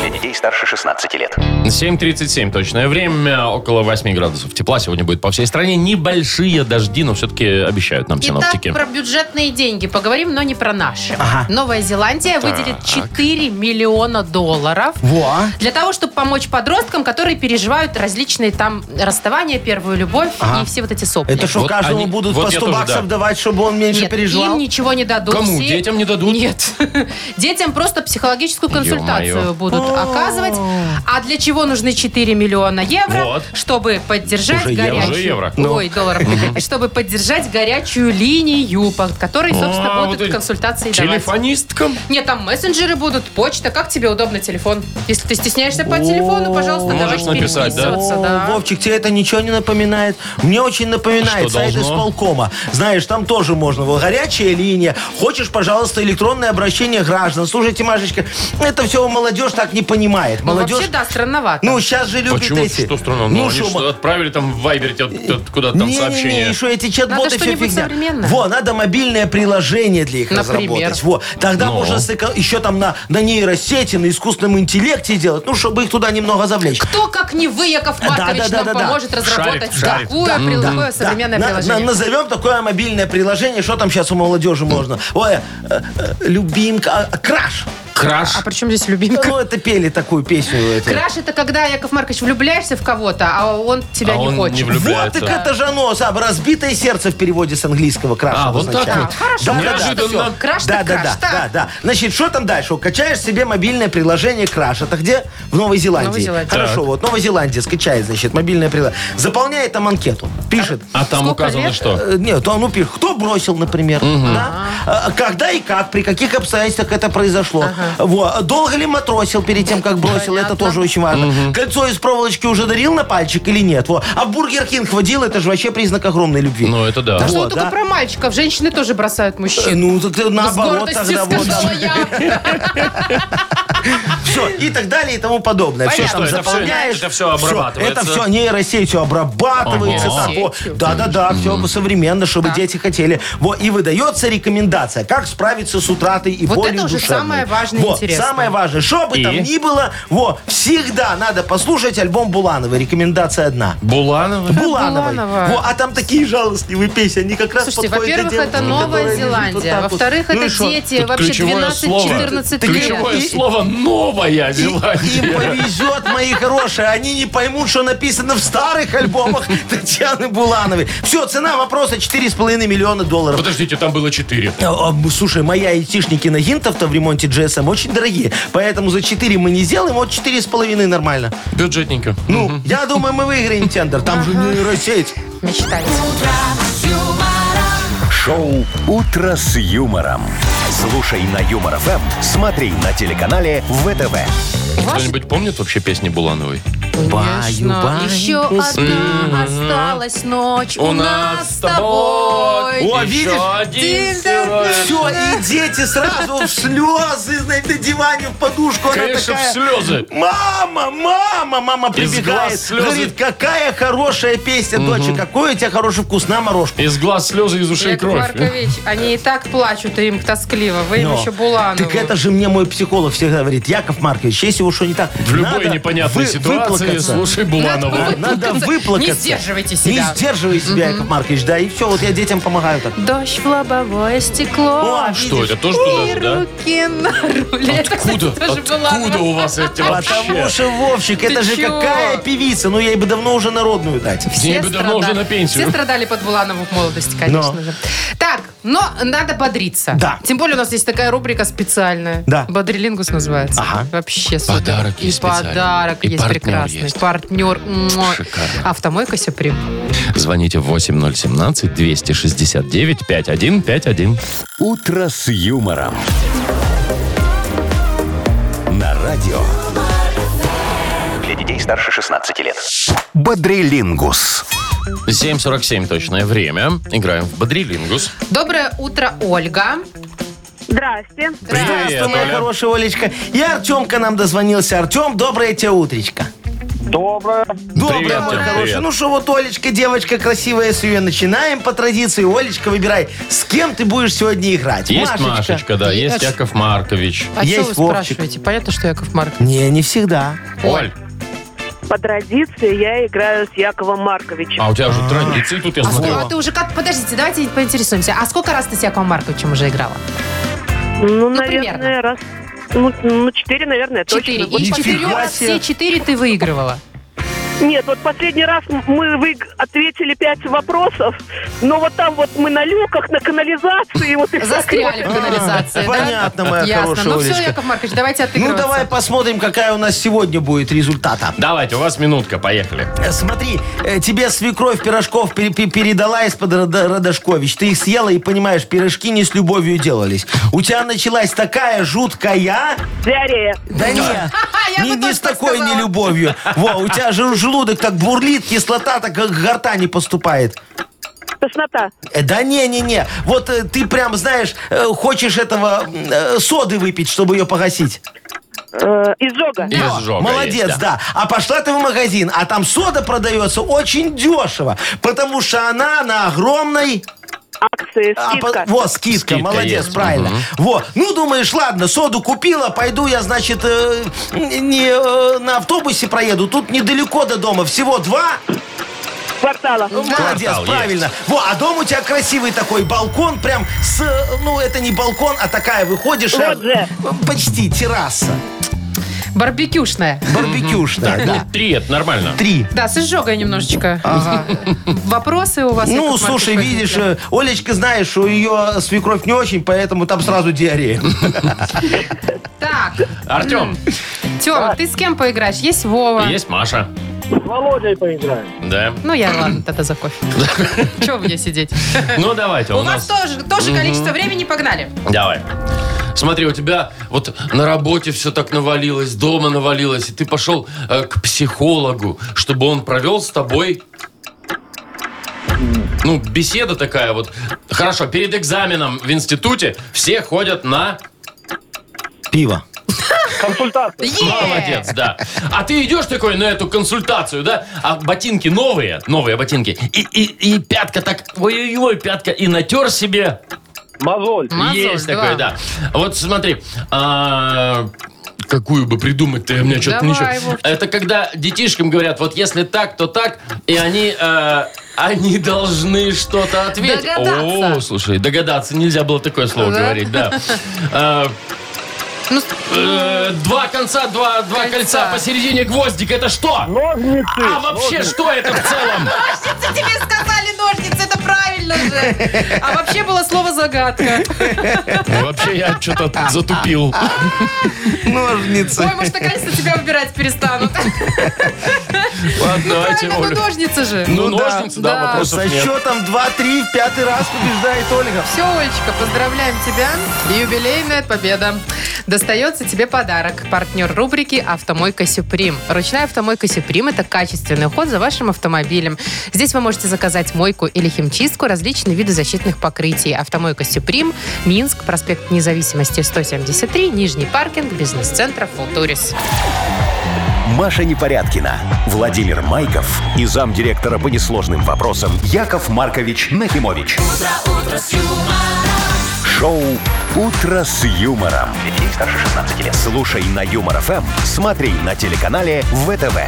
[SPEAKER 5] Для детей старше 16 лет.
[SPEAKER 2] 7.37 точное время, около 8 градусов тепла сегодня будет по всей стране. Небольшие дожди, но все-таки обещают нам
[SPEAKER 3] Итак,
[SPEAKER 2] синоптики.
[SPEAKER 3] про бюджетные деньги поговорим, но не про наши. Новая Зеландия выделит 4 миллиона долларов
[SPEAKER 4] Во.
[SPEAKER 3] для того, чтобы помочь подросткам, которые переживают различные там расставания, первую любовь и все вот эти сопли.
[SPEAKER 4] Это что,
[SPEAKER 2] Вот
[SPEAKER 4] каждому
[SPEAKER 2] они-
[SPEAKER 4] будут
[SPEAKER 2] вот
[SPEAKER 4] по
[SPEAKER 2] я
[SPEAKER 4] 100
[SPEAKER 2] тоже,
[SPEAKER 4] баксов
[SPEAKER 2] да.
[SPEAKER 4] давать, чтобы он меньше
[SPEAKER 3] Нет,
[SPEAKER 4] переживал?
[SPEAKER 3] им ничего не дадут.
[SPEAKER 2] Кому?
[SPEAKER 3] Все-
[SPEAKER 2] Детям не дадут?
[SPEAKER 3] Нет. [LAUGHS] Детям просто психологическую консультацию
[SPEAKER 2] Ё-моё.
[SPEAKER 3] будут оказывать. А для чего нужны 4 миллиона евро?
[SPEAKER 2] Вот.
[SPEAKER 3] Чтобы поддержать
[SPEAKER 4] Уже евро.
[SPEAKER 3] горячую...
[SPEAKER 2] Уже евро.
[SPEAKER 3] Ой,
[SPEAKER 4] Ну.
[SPEAKER 3] долларов. Чтобы поддержать горячую линию, по которой, собственно,
[SPEAKER 2] А,
[SPEAKER 3] будут
[SPEAKER 2] вот и
[SPEAKER 3] консультации давать.
[SPEAKER 2] Телефонисткам?
[SPEAKER 3] Нет, там мессенджеры будут, почта. Как тебе удобно телефон? Если ты стесняешься по телефону, пожалуйста,
[SPEAKER 2] Можешь
[SPEAKER 3] давайте
[SPEAKER 2] написать, да?
[SPEAKER 3] переписываться.
[SPEAKER 4] О,
[SPEAKER 3] да.
[SPEAKER 4] Вовчик, тебе это ничего не напоминает? Мне очень напоминает
[SPEAKER 2] Что,
[SPEAKER 4] сайт
[SPEAKER 2] должно?
[SPEAKER 4] исполкома. Знаешь, там тоже можно. Вот, горячая линия. Хочешь, пожалуйста, электронное обращение граждан. Слушайте, Машечка, это все молодежь так не понимает.
[SPEAKER 3] Ну,
[SPEAKER 4] Молодежь...
[SPEAKER 3] Вообще, да, странновато.
[SPEAKER 4] Ну, сейчас же любят
[SPEAKER 2] Почему?
[SPEAKER 4] эти...
[SPEAKER 2] Что странно? Ну,
[SPEAKER 4] Ну,
[SPEAKER 2] они
[SPEAKER 4] шо,
[SPEAKER 2] что,
[SPEAKER 4] ма-
[SPEAKER 2] отправили там в Вайбер куда-то там
[SPEAKER 4] Не-не-не,
[SPEAKER 2] сообщение.
[SPEAKER 4] еще эти чат-боты
[SPEAKER 3] Надо
[SPEAKER 4] все
[SPEAKER 3] что-нибудь
[SPEAKER 4] фигня.
[SPEAKER 3] современное.
[SPEAKER 4] Во, надо мобильное приложение для их
[SPEAKER 3] Например?
[SPEAKER 4] разработать. Во, тогда
[SPEAKER 2] Ну.
[SPEAKER 4] можно сэко- еще там на, на нейросети, на искусственном интеллекте делать, ну, чтобы их туда немного завлечь.
[SPEAKER 3] Кто, как не вы, Яков Маркович,
[SPEAKER 4] да, да,
[SPEAKER 3] нам
[SPEAKER 4] да, да.
[SPEAKER 3] поможет
[SPEAKER 2] Шарик,
[SPEAKER 3] разработать
[SPEAKER 2] шарик.
[SPEAKER 3] такое,
[SPEAKER 2] Да,
[SPEAKER 3] прил-
[SPEAKER 2] да,
[SPEAKER 3] такое
[SPEAKER 4] Да,
[SPEAKER 3] современное
[SPEAKER 4] на-
[SPEAKER 3] приложение?
[SPEAKER 4] на- назовем такое мобильное приложение, что там сейчас у молодежи можно. Ой, э, э, любимка, а, краш.
[SPEAKER 2] Краш.
[SPEAKER 3] А при чем здесь любимка?
[SPEAKER 4] Ну, это пели такую песню. эту.
[SPEAKER 3] Краш это когда, Яков Маркович, влюбляешься в кого-то, а он тебя
[SPEAKER 2] А
[SPEAKER 3] не
[SPEAKER 2] он
[SPEAKER 3] хочет.
[SPEAKER 2] не
[SPEAKER 4] Вот
[SPEAKER 2] влюбляется.
[SPEAKER 4] так это же оно, Сам, разбитое сердце в переводе с английского краша
[SPEAKER 2] А, вот так
[SPEAKER 4] обозначает.
[SPEAKER 2] вот.
[SPEAKER 3] Хорошо,
[SPEAKER 4] Да,
[SPEAKER 3] краш-то
[SPEAKER 2] да, да,
[SPEAKER 3] всё.
[SPEAKER 2] да.
[SPEAKER 3] Краш-то
[SPEAKER 4] Да, да,
[SPEAKER 3] краш,
[SPEAKER 4] да,
[SPEAKER 3] так.
[SPEAKER 4] да, да. Значит, что там дальше? Вот Качаешь себе мобильное приложение Краш. Это где? В Новой Зеландии.
[SPEAKER 3] Новой Зеландии.
[SPEAKER 4] Хорошо,
[SPEAKER 2] Так.
[SPEAKER 4] вот Новая Зеландия скачает, значит, мобильное приложение. Заполняет там анкету. Пишет.
[SPEAKER 2] А там
[SPEAKER 3] Сколько
[SPEAKER 2] указано
[SPEAKER 3] лет?
[SPEAKER 2] что?
[SPEAKER 4] э, Нет, он ну, пишет, кто бросил, например, да? А, Когда и как, при каких обстоятельствах это произошло. Во. Долго ли матросил перед тем, как бросил, это тоже очень важно. Кольцо из проволочки уже дарил на пальчик или нет? Во. А в Бургер Кинг водил, это же вообще признак огромной любви.
[SPEAKER 2] Ну, это да.
[SPEAKER 3] А что вы
[SPEAKER 4] Вот,
[SPEAKER 3] только
[SPEAKER 4] да.
[SPEAKER 3] про мальчиков? Женщины тоже бросают
[SPEAKER 4] Э,
[SPEAKER 3] мужчин.
[SPEAKER 4] Ну, так
[SPEAKER 3] С
[SPEAKER 4] наоборот
[SPEAKER 3] гордостью
[SPEAKER 4] тогда вот.
[SPEAKER 3] сказала
[SPEAKER 4] [LAUGHS]
[SPEAKER 3] я.
[SPEAKER 4] Все, и так далее и тому подобное. Все
[SPEAKER 2] Понятно,
[SPEAKER 4] там
[SPEAKER 2] это всё-
[SPEAKER 4] заполняешь.
[SPEAKER 2] это всё обрабатывается.
[SPEAKER 4] Это все нейросетью обрабатывается.
[SPEAKER 2] Ага.
[SPEAKER 4] так, во. Да-да-да, все современно, чтобы дети хотели. Во, и выдается рекомендация, как справиться с утратой и
[SPEAKER 3] Вот
[SPEAKER 4] болью
[SPEAKER 3] это уже
[SPEAKER 4] душевной.
[SPEAKER 3] самое важное и
[SPEAKER 4] Во,
[SPEAKER 3] интересное.
[SPEAKER 4] Самое важное, что бы
[SPEAKER 2] И?
[SPEAKER 4] там ни было, во, всегда надо послушать альбом Булановой. Рекомендация одна.
[SPEAKER 2] Буланова?
[SPEAKER 4] Булановой.
[SPEAKER 3] Э, Буланова.
[SPEAKER 4] Во, а там такие жалостливые песни, они как раз
[SPEAKER 3] Слушайте,
[SPEAKER 4] подходят
[SPEAKER 3] во-первых,
[SPEAKER 4] для
[SPEAKER 3] это
[SPEAKER 4] девушек,
[SPEAKER 3] Новая
[SPEAKER 4] которые лежат Ну, вот
[SPEAKER 3] Зеландия.
[SPEAKER 4] так вот.
[SPEAKER 3] Во-вторых,
[SPEAKER 4] Ну и
[SPEAKER 3] это
[SPEAKER 4] что?
[SPEAKER 3] дети
[SPEAKER 2] Тут
[SPEAKER 3] вообще
[SPEAKER 2] ключевое слово.
[SPEAKER 3] 12-14
[SPEAKER 2] Ключевое
[SPEAKER 3] лет.
[SPEAKER 2] слово «новая»
[SPEAKER 4] И- Им
[SPEAKER 2] Зеландия.
[SPEAKER 4] повезет, мои хорошие. Они не поймут, что написано в старых альбомах Татьяны Булановой. Все, цена вопроса 4,5 миллиона
[SPEAKER 2] [LAUGHS]
[SPEAKER 4] долларов.
[SPEAKER 2] Подождите, там было 4.
[SPEAKER 4] А, а, Слушай, моя айтишники на гинтов-то в ремонте GSM очень дорогие. Поэтому за 4 мы не сделаем, вот 4,5 нормально.
[SPEAKER 2] Бюджетненько.
[SPEAKER 4] Ну, я думаю, мы выиграем тендер. Там же нейросеть.
[SPEAKER 3] Мечтайте.
[SPEAKER 1] Шоу «Утро с юмором». Слушай на Юмор ФМ, смотри на телеканале ВТВ.
[SPEAKER 2] Кто-нибудь помнит вообще песни Булановой?
[SPEAKER 4] Баю, баю.
[SPEAKER 3] Еще одна осталась ночь у нас с тобой.
[SPEAKER 4] О, видишь?
[SPEAKER 2] один
[SPEAKER 4] Все, и дети сразу в слезы, знаете, на диване, в подушку. Она
[SPEAKER 2] Конечно, в
[SPEAKER 4] такая,
[SPEAKER 2] слезы.
[SPEAKER 4] Мама, мама, мама прибегает.
[SPEAKER 2] глаз слезы.
[SPEAKER 4] Говорит, какая хорошая песня, доча, какой у тебя хороший вкус на морожку.
[SPEAKER 2] Из глаз слезы, из ушей
[SPEAKER 3] Яков
[SPEAKER 2] кровь.
[SPEAKER 3] Маркович, они и так плачут, и им тоскливо. Вы им
[SPEAKER 4] Но.
[SPEAKER 3] еще Буланову.
[SPEAKER 4] Так это же мне мой психолог всегда говорит, Яков Маркович, если уж что не так,
[SPEAKER 2] В любой
[SPEAKER 4] надо
[SPEAKER 2] непонятной
[SPEAKER 4] вы-
[SPEAKER 2] ситуации
[SPEAKER 4] выплакаться.
[SPEAKER 2] слушай
[SPEAKER 3] Надо
[SPEAKER 2] Буланову.
[SPEAKER 3] выплакаться.
[SPEAKER 4] Надо
[SPEAKER 3] Не
[SPEAKER 4] выплакаться.
[SPEAKER 3] сдерживайте
[SPEAKER 4] Не
[SPEAKER 3] себя.
[SPEAKER 4] сдерживай себя, Яков Маркович, да, и все, вот я детям помогаю так.
[SPEAKER 3] Дождь в лобовое стекло.
[SPEAKER 4] О, а
[SPEAKER 2] Что,
[SPEAKER 4] видишь?
[SPEAKER 2] это тоже
[SPEAKER 3] и
[SPEAKER 2] туда же,
[SPEAKER 3] руки на руле. Это, кстати,
[SPEAKER 2] Откуда?
[SPEAKER 3] тоже
[SPEAKER 2] Откуда
[SPEAKER 3] Буланова.
[SPEAKER 2] у вас эти
[SPEAKER 4] Потому
[SPEAKER 2] вообще?
[SPEAKER 4] что, Вовчик, это же
[SPEAKER 3] чего?
[SPEAKER 4] какая певица, ну ей бы давно уже народную дать.
[SPEAKER 3] Все
[SPEAKER 2] Ей бы давно
[SPEAKER 3] страдали.
[SPEAKER 2] уже на пенсию.
[SPEAKER 3] Все страдали под Буланову в молодости, конечно
[SPEAKER 4] Но.
[SPEAKER 3] же. Так, но надо бодриться.
[SPEAKER 4] Да.
[SPEAKER 3] Тем более у нас есть такая рубрика специальная.
[SPEAKER 4] Да.
[SPEAKER 3] Бодрилингус называется.
[SPEAKER 4] Ага.
[SPEAKER 3] Вообще супер.
[SPEAKER 2] Подарок
[SPEAKER 3] И
[SPEAKER 2] есть специальный.
[SPEAKER 3] подарок
[SPEAKER 2] И
[SPEAKER 3] есть
[SPEAKER 2] партнер
[SPEAKER 3] прекрасный.
[SPEAKER 2] есть.
[SPEAKER 3] Партнер. Муа.
[SPEAKER 2] Шикарно.
[SPEAKER 3] Автомойка Сюприм.
[SPEAKER 2] Звоните 8017-269-5151.
[SPEAKER 1] «Утро с юмором». На радио
[SPEAKER 5] Для детей старше 16 лет.
[SPEAKER 1] «Бодрилингус».
[SPEAKER 2] 7.47 точное время. Играем в Бодрилингус.
[SPEAKER 3] Доброе утро, Ольга.
[SPEAKER 7] Здрасте.
[SPEAKER 2] Привет,
[SPEAKER 4] Здравствуй, моя
[SPEAKER 2] Оля.
[SPEAKER 4] хорошая Олечка. И Артемка нам дозвонился. Артем, доброе тебе утречко.
[SPEAKER 6] Доброе.
[SPEAKER 4] Доброе,
[SPEAKER 2] Привет,
[SPEAKER 4] мой
[SPEAKER 2] Тём,
[SPEAKER 4] хороший.
[SPEAKER 2] привет.
[SPEAKER 4] Ну что, вот Олечка, девочка красивая с ее начинаем по традиции. Олечка, выбирай, с кем ты будешь сегодня играть.
[SPEAKER 2] Есть
[SPEAKER 4] Машечка?
[SPEAKER 2] Машечка, да,
[SPEAKER 3] Ты-
[SPEAKER 2] есть
[SPEAKER 3] а
[SPEAKER 2] Яков Маркович.
[SPEAKER 3] А что
[SPEAKER 4] Есть
[SPEAKER 3] вы
[SPEAKER 4] Вовчик.
[SPEAKER 3] спрашиваете? Понятно, что Яков Маркович.
[SPEAKER 4] Не, не всегда.
[SPEAKER 2] Оль,
[SPEAKER 7] По традиции я играю с Яковом Марковичем.
[SPEAKER 2] а у тебя уже традиции тут, я
[SPEAKER 3] А сколько
[SPEAKER 2] смотрю.
[SPEAKER 3] ты уже как? Подождите, давайте поинтересуемся. А сколько раз ты с Яковом Марковичем уже играла?
[SPEAKER 7] Ну,
[SPEAKER 3] примерно.
[SPEAKER 7] наверное, раз... Ну, ну, четыре, наверное,
[SPEAKER 3] Четыре.
[SPEAKER 7] точно. Вот
[SPEAKER 3] И
[SPEAKER 4] Нифига
[SPEAKER 3] четырех раз
[SPEAKER 4] себе.
[SPEAKER 3] все четыре ты выигрывала.
[SPEAKER 7] Нет, вот последний раз мы вы ответили пять вопросов, но вот там вот мы на люках, на канализации, вот и
[SPEAKER 3] Застряли в канализации, да?
[SPEAKER 4] А, Понятно, моя
[SPEAKER 3] Ясно.
[SPEAKER 4] хорошая
[SPEAKER 3] Ну все,
[SPEAKER 4] Олечка.
[SPEAKER 3] Яков Маркович, давайте
[SPEAKER 4] Ну
[SPEAKER 3] отыгрываться.
[SPEAKER 4] давай посмотрим, какая у нас сегодня будет результата.
[SPEAKER 2] Давайте, у вас минутка, поехали.
[SPEAKER 4] Э, Смотри, э, тебе свекровь пирожков пере- пе- передала из-под Рода- Родошкович. Ты их съела и понимаешь, пирожки не с любовью делались. У тебя началась такая жуткая...
[SPEAKER 7] Диарея.
[SPEAKER 4] Да нет,
[SPEAKER 3] [LAUGHS] Я
[SPEAKER 4] не,
[SPEAKER 3] бы
[SPEAKER 4] не
[SPEAKER 3] тоже
[SPEAKER 4] с
[SPEAKER 3] так
[SPEAKER 4] такой
[SPEAKER 3] сказала.
[SPEAKER 4] нелюбовью. Во, у тебя же желудок так бурлит, кислота так как горта не поступает.
[SPEAKER 7] Тошнота.
[SPEAKER 4] Э, Да не-не-не, вот э, ты прям, знаешь, э, хочешь этого м, э, соды выпить, чтобы ее погасить.
[SPEAKER 7] Э, изжога.
[SPEAKER 2] И сжога
[SPEAKER 4] Молодец,
[SPEAKER 2] есть,
[SPEAKER 4] да. А пошла ты в магазин, а там сода продается очень дешево, потому что она на огромной...
[SPEAKER 7] Акции.
[SPEAKER 4] а, по-
[SPEAKER 7] Скидка.
[SPEAKER 4] Во, скидка,
[SPEAKER 2] Скидка
[SPEAKER 4] молодец,
[SPEAKER 2] есть,
[SPEAKER 4] правильно.
[SPEAKER 2] мгм.
[SPEAKER 4] Во, ну думаешь, ладно, соду купила, пойду я, значит, э, не э, на автобусе проеду, тут недалеко до дома, всего два...
[SPEAKER 7] Квартала.
[SPEAKER 4] Ну, Молодец,
[SPEAKER 2] Квартал
[SPEAKER 4] правильно. Во, а дом у тебя красивый такой, балкон прям с... э, Ну, это не балкон, а такая выходишь... э,
[SPEAKER 7] Лоджия.
[SPEAKER 4] Почти терраса.
[SPEAKER 3] Барбекюшная.
[SPEAKER 4] Барбекюшная, да.
[SPEAKER 2] Ну, три, это нормально.
[SPEAKER 4] Три.
[SPEAKER 3] Да, с изжогой немножечко. [LAUGHS] Вопросы у вас?
[SPEAKER 4] Ну,
[SPEAKER 3] Яков
[SPEAKER 4] слушай,
[SPEAKER 3] Маркович,
[SPEAKER 4] видишь,
[SPEAKER 3] возникли?
[SPEAKER 4] э, Олечка, знаешь, что ее свекровь не очень, поэтому там сразу диарея.
[SPEAKER 3] Так,
[SPEAKER 2] Артем,
[SPEAKER 3] Тёма, ты с кем поиграешь? Есть Вова.
[SPEAKER 2] есть Маша.
[SPEAKER 6] Володя поиграем.
[SPEAKER 2] Да.
[SPEAKER 3] Ну, я, ладно, тогда
[SPEAKER 2] [LAUGHS]
[SPEAKER 3] за кофе. Чего мне сидеть?
[SPEAKER 2] Ну, давайте,
[SPEAKER 3] У
[SPEAKER 2] у
[SPEAKER 3] вас
[SPEAKER 2] нас...
[SPEAKER 3] тоже, тоже количество времени, погнали.
[SPEAKER 2] Давай. Смотри, у тебя вот на работе все так навалилось, дома навалилось, и ты пошел э, к психологу, чтобы он провел с тобой ну, беседа такая вот. Хорошо, перед экзаменом в институте все ходят на...
[SPEAKER 4] Пиво.
[SPEAKER 6] Консультация.
[SPEAKER 3] Е!
[SPEAKER 2] Молодец, да. А ты идешь такой на эту консультацию, да? А ботинки новые, новые ботинки. И, и, и пятка так, ой-ой-ой, пятка, и натер себе.
[SPEAKER 6] Мозоль.
[SPEAKER 3] Мазур,
[SPEAKER 2] Есть
[SPEAKER 3] два.
[SPEAKER 2] такое, да. Вот смотри, а, какую бы придумать-то, у меня что-то
[SPEAKER 3] Давай,
[SPEAKER 2] ничего.
[SPEAKER 3] Вовчик.
[SPEAKER 2] Это когда детишкам говорят, вот если так, то так, и они... э, они должны что-то ответить.
[SPEAKER 3] Догадаться.
[SPEAKER 2] О, слушай, догадаться нельзя было такое слово
[SPEAKER 3] Да?
[SPEAKER 2] говорить,
[SPEAKER 3] [LAUGHS]
[SPEAKER 2] да. А,
[SPEAKER 3] Ну,
[SPEAKER 2] э, Два конца, два, два
[SPEAKER 3] Кольца.
[SPEAKER 2] кольца посередине гвоздик. Это что?
[SPEAKER 6] Ножницы.
[SPEAKER 2] А вообще что это в целом?
[SPEAKER 3] ножницы тебе сказали, ножницы, это правильно же. А вообще было
[SPEAKER 2] [LAUGHS]
[SPEAKER 3] слово загадка.
[SPEAKER 2] Вообще я что-то затупил.
[SPEAKER 4] Ножницы.
[SPEAKER 3] Ой, может, наконец-то тебя выбирать перестанут.
[SPEAKER 2] Ладно, давайте,
[SPEAKER 3] Правильно, ну
[SPEAKER 2] Олю.
[SPEAKER 3] ножницы же.
[SPEAKER 2] Ну,
[SPEAKER 4] Ну да,
[SPEAKER 2] ножницы, да,
[SPEAKER 3] да.
[SPEAKER 2] вопросов
[SPEAKER 4] Со
[SPEAKER 2] нет.
[SPEAKER 4] счетом 2-3 в пятый раз побеждает Ольга.
[SPEAKER 3] Все, Олечка, поздравляем тебя. Юбилейная победа. Достается тебе подарок. Партнер рубрики «Автомойка Сюприм». Ручная автомойка Сюприм – это качественный уход за вашим автомобилем. Здесь вы можете заказать мойку или химчистку, различные виды защитных покрытий. Автомойка Сюприм, Минск, проспект Независимости 173, Нижний паркинг, бизнес-центр «Футурис».
[SPEAKER 1] Маша Непорядкина, Владимир Майков и замдиректора по несложным вопросам Яков Маркович Нахимович. Шоу Утро с юмором. Детей старше 16 лет. Слушай на юмор ФМ, смотри на телеканале ВТВ.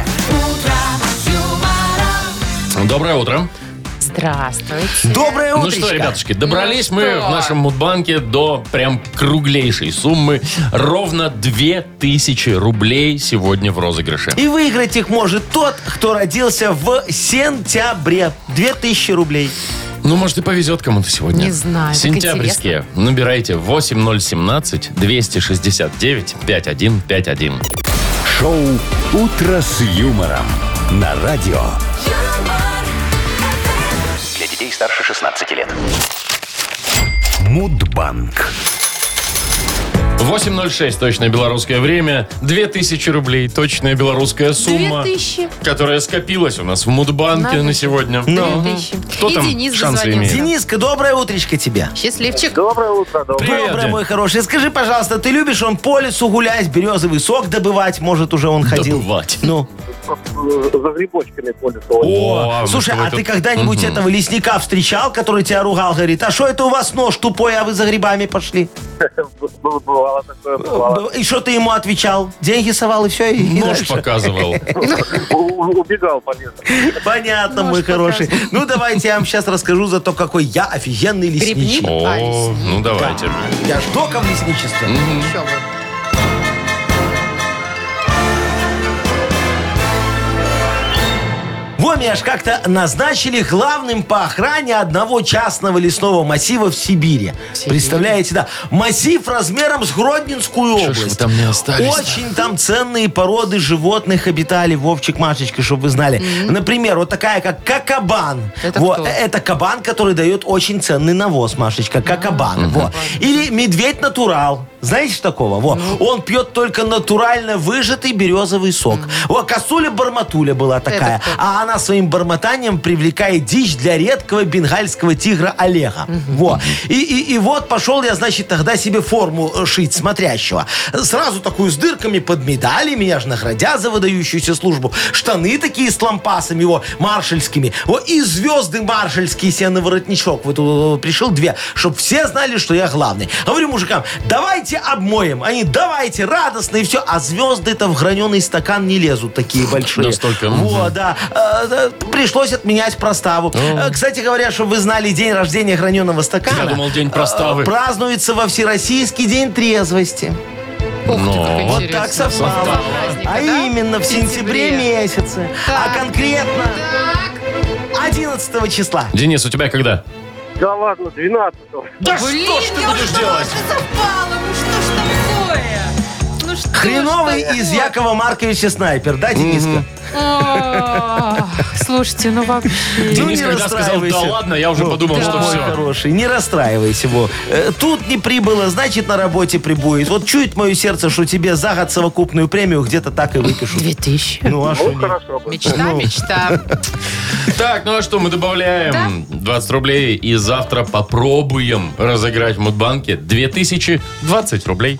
[SPEAKER 2] Доброе утро.
[SPEAKER 3] Здравствуйте.
[SPEAKER 4] Доброе
[SPEAKER 2] Ну
[SPEAKER 4] утро.
[SPEAKER 2] что, ребятушки, добрались мы
[SPEAKER 3] что?
[SPEAKER 2] в нашем Мудбанке до прям круглейшей суммы. Ровно 2000 рублей сегодня в розыгрыше.
[SPEAKER 4] И выиграть их может тот, кто родился в сентябре. 2000 рублей.
[SPEAKER 2] Ну, может, и повезет кому-то сегодня.
[SPEAKER 3] Не знаю, так
[SPEAKER 2] Сентябрьские. Набирайте 8017-269-5151.
[SPEAKER 1] Шоу Утро с юмором на радио.
[SPEAKER 5] Для детей старше 16 лет.
[SPEAKER 1] Мудбанк.
[SPEAKER 2] 8.06 точное белорусское время. 2000 рублей точная белорусская сумма.
[SPEAKER 3] 2000.
[SPEAKER 2] Которая скопилась у нас в Мудбанке
[SPEAKER 3] Надо
[SPEAKER 2] на
[SPEAKER 3] же.
[SPEAKER 2] сегодня.
[SPEAKER 3] Ну.
[SPEAKER 2] Мгм.
[SPEAKER 3] 2000.
[SPEAKER 2] Кто
[SPEAKER 3] И
[SPEAKER 2] там
[SPEAKER 3] Денис
[SPEAKER 2] шансы
[SPEAKER 3] дозвонился.
[SPEAKER 2] имеет?
[SPEAKER 4] Дениска, доброе утречко тебе.
[SPEAKER 3] Счастливчик.
[SPEAKER 6] Доброе утро, доброе.
[SPEAKER 2] Привет,
[SPEAKER 4] Доброе,
[SPEAKER 2] Дэн.
[SPEAKER 4] мой хороший. Скажи, пожалуйста, ты любишь он по лесу гулять, березовый сок добывать? Может, уже он ходил?
[SPEAKER 2] Добывать.
[SPEAKER 4] Ну,
[SPEAKER 6] э, За грибочками по лесу.
[SPEAKER 2] О,
[SPEAKER 4] слушай,
[SPEAKER 2] вот
[SPEAKER 4] а
[SPEAKER 2] это-
[SPEAKER 4] ты когда-нибудь этого лесника встречал, который тебя ругал, говорит, а что это у вас нож тупой, а вы за грибами пошли?
[SPEAKER 6] Б- Бывало такое, бывало.
[SPEAKER 4] И что ты ему отвечал? Деньги совал и все? И и
[SPEAKER 2] Нож
[SPEAKER 4] дальше.
[SPEAKER 2] показывал.
[SPEAKER 6] У- у- Убегал по лесу.
[SPEAKER 4] Понятно,
[SPEAKER 3] Нож
[SPEAKER 4] мой хороший. Ну, давайте я вам сейчас расскажу за то, какой я офигенный
[SPEAKER 3] Грибник?
[SPEAKER 4] лесничий.
[SPEAKER 2] О,
[SPEAKER 3] Алис.
[SPEAKER 2] ну давайте.
[SPEAKER 4] Я ж доком лесничества.
[SPEAKER 3] Еще бы.
[SPEAKER 4] Во, меня ж как-то назначили главным по охране одного частного лесного массива в Сибири. Представляете, да. Массив размером с Гродненскую
[SPEAKER 2] Чё ж
[SPEAKER 4] область.
[SPEAKER 2] вы там не остались?
[SPEAKER 4] Очень там ценные породы животных обитали, Вовчик, Машечка, чтобы вы знали. Например, вот такая, как какабан.
[SPEAKER 3] Это
[SPEAKER 4] Во, э,
[SPEAKER 3] кто?
[SPEAKER 4] это кабан, который дает очень ценный навоз, Машечка, какабан. Во. Или медведь-натурал. Знаете ж такого? Во.
[SPEAKER 3] Ну.
[SPEAKER 4] Он пьет только натурально выжатый березовый сок. Во, косуля-барматуля была такая.
[SPEAKER 3] кто?
[SPEAKER 4] А она своим бормотанием привлекает дичь для редкого бенгальского тигра Олега. Во. И, и, и вот пошел я, значит, тогда себе форму э, шить смотрящего. Сразу такую с дырками под медали, меня же наградя за выдающуюся службу. Штаны такие с лампасами его маршальскими. Во, и звезды маршальские себе на воротничок. Вот э, пришел две, чтобы все знали, что я главный. Говорю мужикам, давайте обмоем. Они, давайте, радостно и все. А звезды-то в граненый стакан не лезут такие большие.
[SPEAKER 2] Настолько, мгм.
[SPEAKER 4] Вот. О, да. Э, да, Пришлось отменять проставу. Э, Кстати говоря, чтобы вы знали, день рождения граненого стакана.
[SPEAKER 2] Я думал, день проставы.
[SPEAKER 4] э, Празднуется во Всероссийский день трезвости.
[SPEAKER 3] Ух ты,
[SPEAKER 2] Ну,
[SPEAKER 3] как
[SPEAKER 2] вот
[SPEAKER 4] Вот
[SPEAKER 3] интересно.
[SPEAKER 4] так совпало.
[SPEAKER 3] Два праздника,
[SPEAKER 4] А
[SPEAKER 3] да?
[SPEAKER 4] именно в сентябре месяце.
[SPEAKER 3] Так.
[SPEAKER 4] А конкретно
[SPEAKER 3] Так,
[SPEAKER 4] 11 числа.
[SPEAKER 3] Ну
[SPEAKER 2] Денис, у тебя когда?
[SPEAKER 6] Да ладно, 12
[SPEAKER 4] Да
[SPEAKER 3] блин,
[SPEAKER 4] что ж ты
[SPEAKER 3] я
[SPEAKER 4] будешь
[SPEAKER 3] узнала,
[SPEAKER 4] делать?
[SPEAKER 3] что совпало. Ну что ж такое? Ну что ж
[SPEAKER 4] Хреновый
[SPEAKER 3] такое?
[SPEAKER 4] из Якова Марковича снайпер, да, Дениска?
[SPEAKER 3] Ох, Слушайте, ну вообще.
[SPEAKER 4] Ну,
[SPEAKER 2] Денис
[SPEAKER 4] не
[SPEAKER 2] когда сказал, да
[SPEAKER 4] расстраивайся.
[SPEAKER 2] ладно, я уже подумал,
[SPEAKER 4] да.
[SPEAKER 2] что
[SPEAKER 4] Мой
[SPEAKER 2] все.
[SPEAKER 4] хороший, не расстраивайся, его. Э, Тут не прибыло, значит, на работе прибудет. Вот чует мое сердце, что тебе за год совокупную премию где-то так и выпишут.
[SPEAKER 3] Две тысячи.
[SPEAKER 4] Ну, а что нет?
[SPEAKER 6] Хорошо.
[SPEAKER 4] Ну.
[SPEAKER 3] Мечта, мечта.
[SPEAKER 2] Так, ну а что, мы добавляем 20 рублей и завтра попробуем разыграть в Мудбанке 2020 рублей.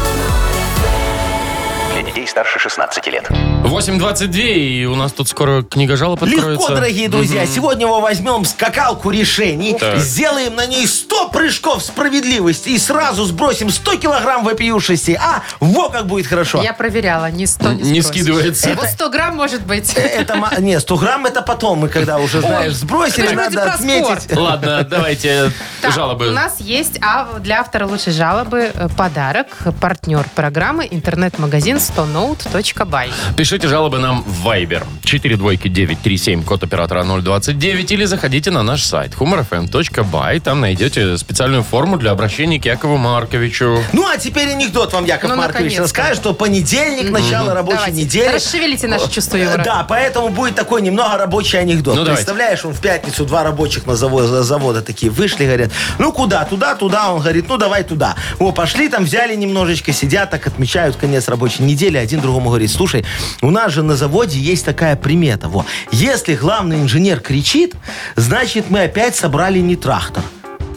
[SPEAKER 5] Для детей старше 16 лет.
[SPEAKER 2] 8.22, и у нас тут скоро книга жалоб откроется.
[SPEAKER 4] Легко, дорогие друзья. Сегодня мы возьмем скакалку решений,
[SPEAKER 2] Так.
[SPEAKER 4] сделаем на ней 100 прыжков справедливости и сразу сбросим 100 килограмм вопиюшести. А, во как будет хорошо.
[SPEAKER 3] Я проверяла, ни сто, ни
[SPEAKER 2] Не
[SPEAKER 3] спрос.
[SPEAKER 2] скидывается.
[SPEAKER 3] Вот 100 грамм может быть.
[SPEAKER 4] Э, Это, ма- [LAUGHS] не, 100 грамм это потом, мы когда уже, знаешь,
[SPEAKER 3] ты
[SPEAKER 4] сбросили,
[SPEAKER 3] ж вроде
[SPEAKER 4] надо
[SPEAKER 3] про спорт.
[SPEAKER 4] отметить.
[SPEAKER 2] Ладно, давайте
[SPEAKER 3] Так, У
[SPEAKER 2] жалобы.
[SPEAKER 3] нас есть а для автора лучшей жалобы э, подарок. Партнер программы интернет-магазин 100note.by.
[SPEAKER 2] Пишите жалобы нам в Viber. 4 двойки 937, код оператора 029. Или заходите на наш сайт humorfm.by. Там найдете специальную форму для обращения к Якову Марковичу.
[SPEAKER 4] Ну, а теперь анекдот вам, Яков
[SPEAKER 3] Ну,
[SPEAKER 4] Маркович,
[SPEAKER 3] наконец-то.
[SPEAKER 4] расскажет, что понедельник, начало рабочей
[SPEAKER 3] Давайте,
[SPEAKER 4] недели.
[SPEAKER 3] расшевелите наше чувство юмора.
[SPEAKER 4] Да, А, поэтому будет такой немного рабочий анекдот.
[SPEAKER 2] Ну, давайте.
[SPEAKER 4] Представляешь, он в пятницу два рабочих на заво- за- завода такие вышли, говорят, ну куда, туда, туда. Он говорит, ну давай туда. О, пошли там, взяли немножечко, сидят, так отмечают конец рабочей недели. Один другому говорит, слушай, у нас же на заводе есть такая примета. Во, если главный инженер кричит, значит мы опять собрали не трактор.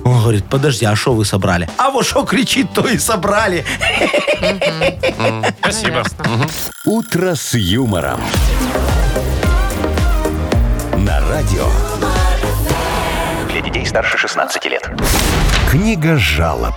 [SPEAKER 4] Он говорит, подожди, а что вы собрали? А вот что кричит, то и собрали.
[SPEAKER 2] Спасибо.
[SPEAKER 3] Ясно.
[SPEAKER 1] «Утро с юмором». На радио.
[SPEAKER 5] Для детей старше 16 лет.
[SPEAKER 1] Книга жалоб.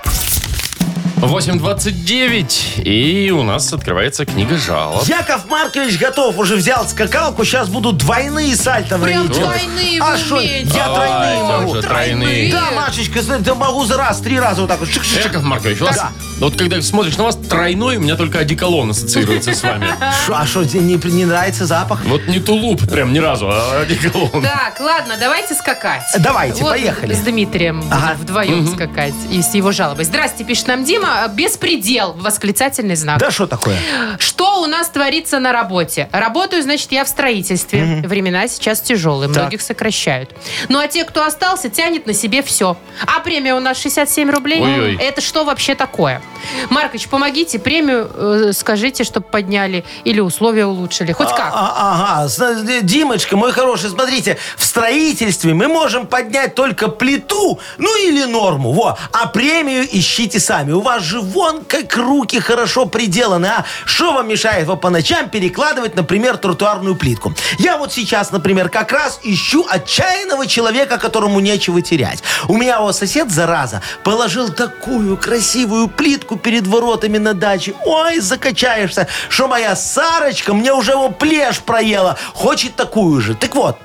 [SPEAKER 2] 8.29, и у нас открывается книга жалоб.
[SPEAKER 4] Яков Маркович готов, уже взял скакалку, сейчас будут двойные сальто в
[SPEAKER 3] Прям
[SPEAKER 4] районе тела.
[SPEAKER 3] двойные
[SPEAKER 4] А
[SPEAKER 3] вы
[SPEAKER 4] что,
[SPEAKER 3] умеете.
[SPEAKER 4] я
[SPEAKER 2] Давай,
[SPEAKER 4] тройные
[SPEAKER 2] там
[SPEAKER 4] могу.
[SPEAKER 2] же тройные.
[SPEAKER 4] Да, Машечка, смотри, да могу за раз, три раза вот так вот. Шик-шик-шик.
[SPEAKER 2] Яков Маркович, у вас,
[SPEAKER 4] Да.
[SPEAKER 2] вот когда смотришь на вас тройной, у меня только одеколон ассоциируется с вами.
[SPEAKER 4] Шо, А что, не, не нравится запах?
[SPEAKER 2] Вот не тулуп прям ни разу, а одеколон.
[SPEAKER 3] Так, ладно, давайте скакать.
[SPEAKER 4] Давайте,
[SPEAKER 3] Вот
[SPEAKER 4] поехали.
[SPEAKER 3] С Дмитрием
[SPEAKER 4] Ага.
[SPEAKER 3] вдвоем скакать и с его жалобой. Здрасте, пишет нам Дима. Беспредел! Восклицательный знак.
[SPEAKER 4] Да что такое?
[SPEAKER 3] Что у у нас творится на работе? Работаю, значит, я в строительстве. Времена сейчас тяжелые,
[SPEAKER 4] Так.
[SPEAKER 3] многих сокращают. Ну, а те, кто остался, тянет на себе все. А премия у нас 67 рублей.
[SPEAKER 2] Ой-ой.
[SPEAKER 3] Это что вообще такое? Маркович, помогите, премию э, скажите, чтобы подняли или условия улучшили. Хоть
[SPEAKER 4] А-
[SPEAKER 3] как.
[SPEAKER 4] а- Ага, Зна- Димочка, мой хороший, смотрите, в строительстве мы можем поднять только плиту, ну или норму, во. А премию ищите сами. У вас же вон как руки хорошо приделаны, а. Что вам мешает вот по ночам перекладывать, например, тротуарную плитку? Я вот сейчас, например, как раз ищу отчаянного человека, которому нечего терять. У меня вот сосед, зараза, положил такую красивую плитку перед воротами на даче. Ой, закачаешься, что моя Сарочка мне уже его плешь проела. Хочет такую же. Так вот,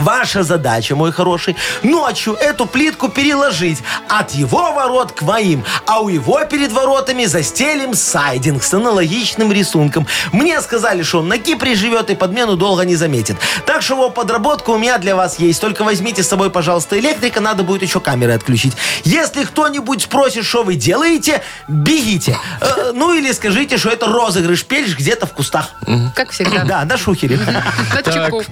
[SPEAKER 4] Ваша задача, мой хороший, ночью эту плитку переложить от его ворот к моим, а у его перед воротами застелим сайдинг с аналогичным рисунком. Мне сказали, что он на Кипре живет и подмену долго не заметит. Так что его подработка у меня для вас есть. Только возьмите с собой, пожалуйста, электрика, надо будет еще камеры отключить. Если кто-нибудь спросит, что вы делаете, бегите. Э, Ну или скажите, что это розыгрыш пельш где-то в кустах.
[SPEAKER 3] Как всегда.
[SPEAKER 4] Да, на
[SPEAKER 3] [LAUGHS]
[SPEAKER 4] шухере.
[SPEAKER 3] На чеку.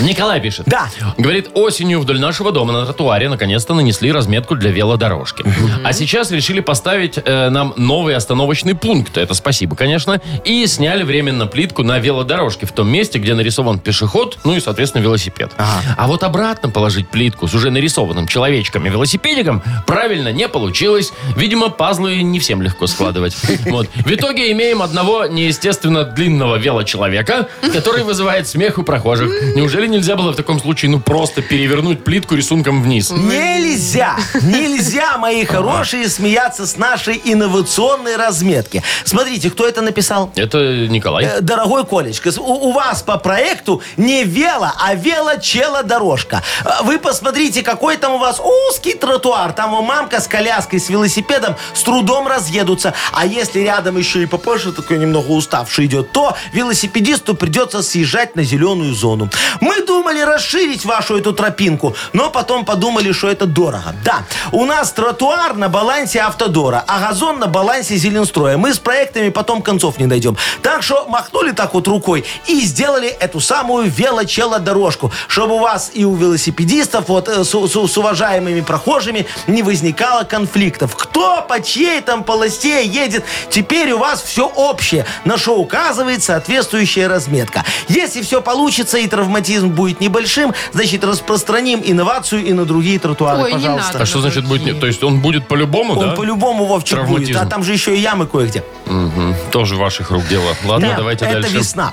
[SPEAKER 2] Николай пишет.
[SPEAKER 4] Да.
[SPEAKER 2] Говорит, осенью вдоль нашего дома на тротуаре наконец-то нанесли разметку для велодорожки. А сейчас решили поставить э, нам новый остановочный пункт. Это спасибо, конечно. И сняли временно плитку на велодорожке в том месте, где нарисован пешеход, ну и, соответственно, велосипед. А вот обратно положить плитку с уже нарисованным человечком и велосипедиком правильно не получилось. Видимо, пазлы не всем легко
[SPEAKER 4] [LAUGHS]
[SPEAKER 2] складывать. Вот. В итоге имеем одного неестественно длинного велочеловека, который вызывает смех у прохожих. Неужели нельзя было в таком случае ну просто перевернуть плитку рисунком вниз?
[SPEAKER 4] Нельзя, нельзя, мои хорошие, смеяться с нашей инновационной разметки. Смотрите, кто это написал?
[SPEAKER 2] Это Николай.
[SPEAKER 4] Э, Дорогой Колечка, с- у, у вас по проекту не вело, а вело-чело дорожка. Э, Вы посмотрите, какой там у вас узкий тротуар. Там вам мамка с коляской, с велосипедом с трудом разъедутся. А если рядом еще и папаша такой немного уставший идет, то велосипедисту придется съезжать на зеленую зону. Мы думали расширить вашу эту тропинку, но потом подумали, что это дорого. Да, у нас тротуар на балансе автодора, а газон на балансе Зеленстроя. Мы с проектами потом концов не дойдем. Так что махнули так вот рукой и сделали эту самую велочелодорожку, чтобы у вас и у велосипедистов вот э, с, с- с уважаемыми прохожими не возникало конфликтов. Кто по чьей там полосе едет, теперь у вас все общее, на что указывает соответствующая разметка. Если все получится и травматизм будет небольшим, значит распространим инновацию и на другие тротуары,
[SPEAKER 3] Ой, не
[SPEAKER 4] пожалуйста.
[SPEAKER 3] надо.
[SPEAKER 2] А что значит будет? не- То есть он будет по-любому,
[SPEAKER 4] Он
[SPEAKER 2] да?
[SPEAKER 4] по-любому Вовчик будет.
[SPEAKER 2] Травматизм.
[SPEAKER 4] А там же еще и ямы кое-где.
[SPEAKER 2] Мгм. Тоже ваших рук дело. Ладно,
[SPEAKER 4] Да,
[SPEAKER 2] Ну, давайте
[SPEAKER 4] это
[SPEAKER 2] дальше.
[SPEAKER 4] весна.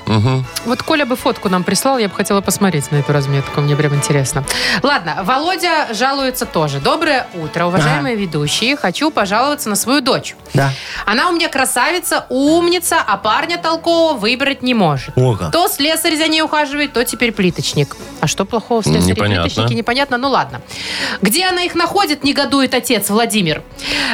[SPEAKER 3] Вот Коля бы фотку нам прислал, я бы хотела посмотреть на эту разметку, мне прям интересно. Ладно, Володя жалуется тоже. Доброе утро, уважаемые ведущие. Хочу пожаловаться на свою дочь.
[SPEAKER 4] Да.
[SPEAKER 3] Она у меня красавица, умница, а парня толкового выбрать не может.
[SPEAKER 4] О, как.
[SPEAKER 3] То слесарь за ней ухаживает, то теперь плиточник. А что плохого в слесаре и
[SPEAKER 2] Непонятно.
[SPEAKER 3] плиточнике, непонятно, ну ладно. Где она их находит, негодует отец Владимир.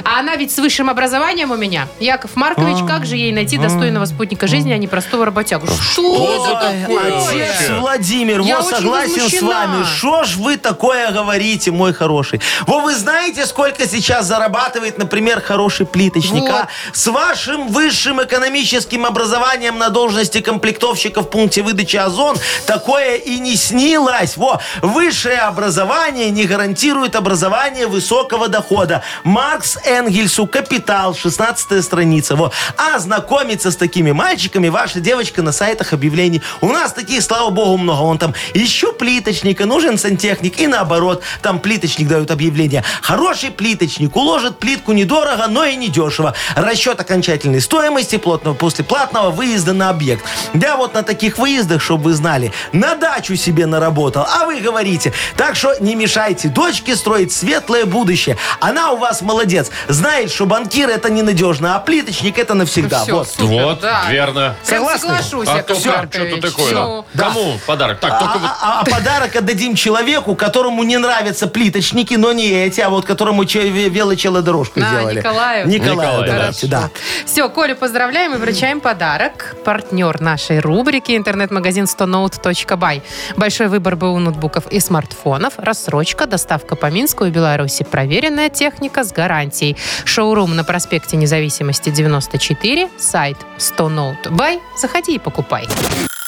[SPEAKER 3] А она ведь с высшим образованием у меня. Яков
[SPEAKER 2] А.
[SPEAKER 3] Маркович, как же ей найти достойного спутника жизни, а не простого работягу? Что
[SPEAKER 2] за
[SPEAKER 3] за
[SPEAKER 2] такое
[SPEAKER 3] такое?
[SPEAKER 2] вообще?
[SPEAKER 4] Отец Владимир,
[SPEAKER 3] Я
[SPEAKER 4] вот
[SPEAKER 3] очень
[SPEAKER 4] согласен с
[SPEAKER 3] возмущена.
[SPEAKER 4] вами. Что ж вы такое говорите, мой хороший? Во вы знаете, сколько сейчас зарабатывает, например, хороший плиточник?
[SPEAKER 3] Вот.
[SPEAKER 4] а? С вашим высшим экономическим образованием на должности комплектовщика в пункте выдачи озон такое и не снилось. Во, высшее образование не гарантирует образование высокого дохода. Маркс Энгельсу «Капитал», 16 страница. Во. А знакомиться с такими мальчиками ваша девочка на сайтах объявлений. У нас таких, слава богу, много. Вон там а ищу плиточника, нужен сантехник. И наоборот, там плиточник дают объявление. Хороший плиточник уложит плитку недорого, но и недешево. Расчет окончательной стоимости плотного после платного выезда на объект. Да, вот на таких выездах, чтобы вы знали, на дачу себе наработал, а вы говорите. Так что не мешайте дочке строить светлое будущее. Она у вас молодец. Знает, что банкир это ненадежно, а плиточник это навсегда.
[SPEAKER 3] Всё,
[SPEAKER 4] Вот.
[SPEAKER 3] супер,
[SPEAKER 2] Вот,
[SPEAKER 3] да.
[SPEAKER 2] верно.
[SPEAKER 3] Прям
[SPEAKER 4] Согласны?
[SPEAKER 3] соглашусь,
[SPEAKER 2] А то
[SPEAKER 3] Яков
[SPEAKER 2] как, что-то
[SPEAKER 3] Маркович.
[SPEAKER 2] такое.
[SPEAKER 3] Ну,
[SPEAKER 2] Кому подарок? Так, только вот
[SPEAKER 4] А, а- а подарок отдадим человеку, которому не нравятся плиточники, но не эти, а вот которому че- ве- велочелодорожку
[SPEAKER 3] А,
[SPEAKER 4] сделали.
[SPEAKER 3] Николаю.
[SPEAKER 4] Николаю
[SPEAKER 2] Николаю,
[SPEAKER 4] давайте, да.
[SPEAKER 3] Все, Колю поздравляем и вручаем подарок. Партнер нашей рубрики интернет-магазин 100note.by. Большой выбор БУ ноутбуков и смартфонов, рассрочка, доставка по Минску и Беларуси, проверенная техника с гарантией. Шоурум на проспекте Независимости 94 4, сайт 100 ноут бай. Заходи и покупай.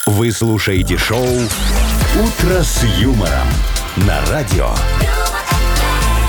[SPEAKER 1] Вы слушаете шоу «Утро с юмором» на радио.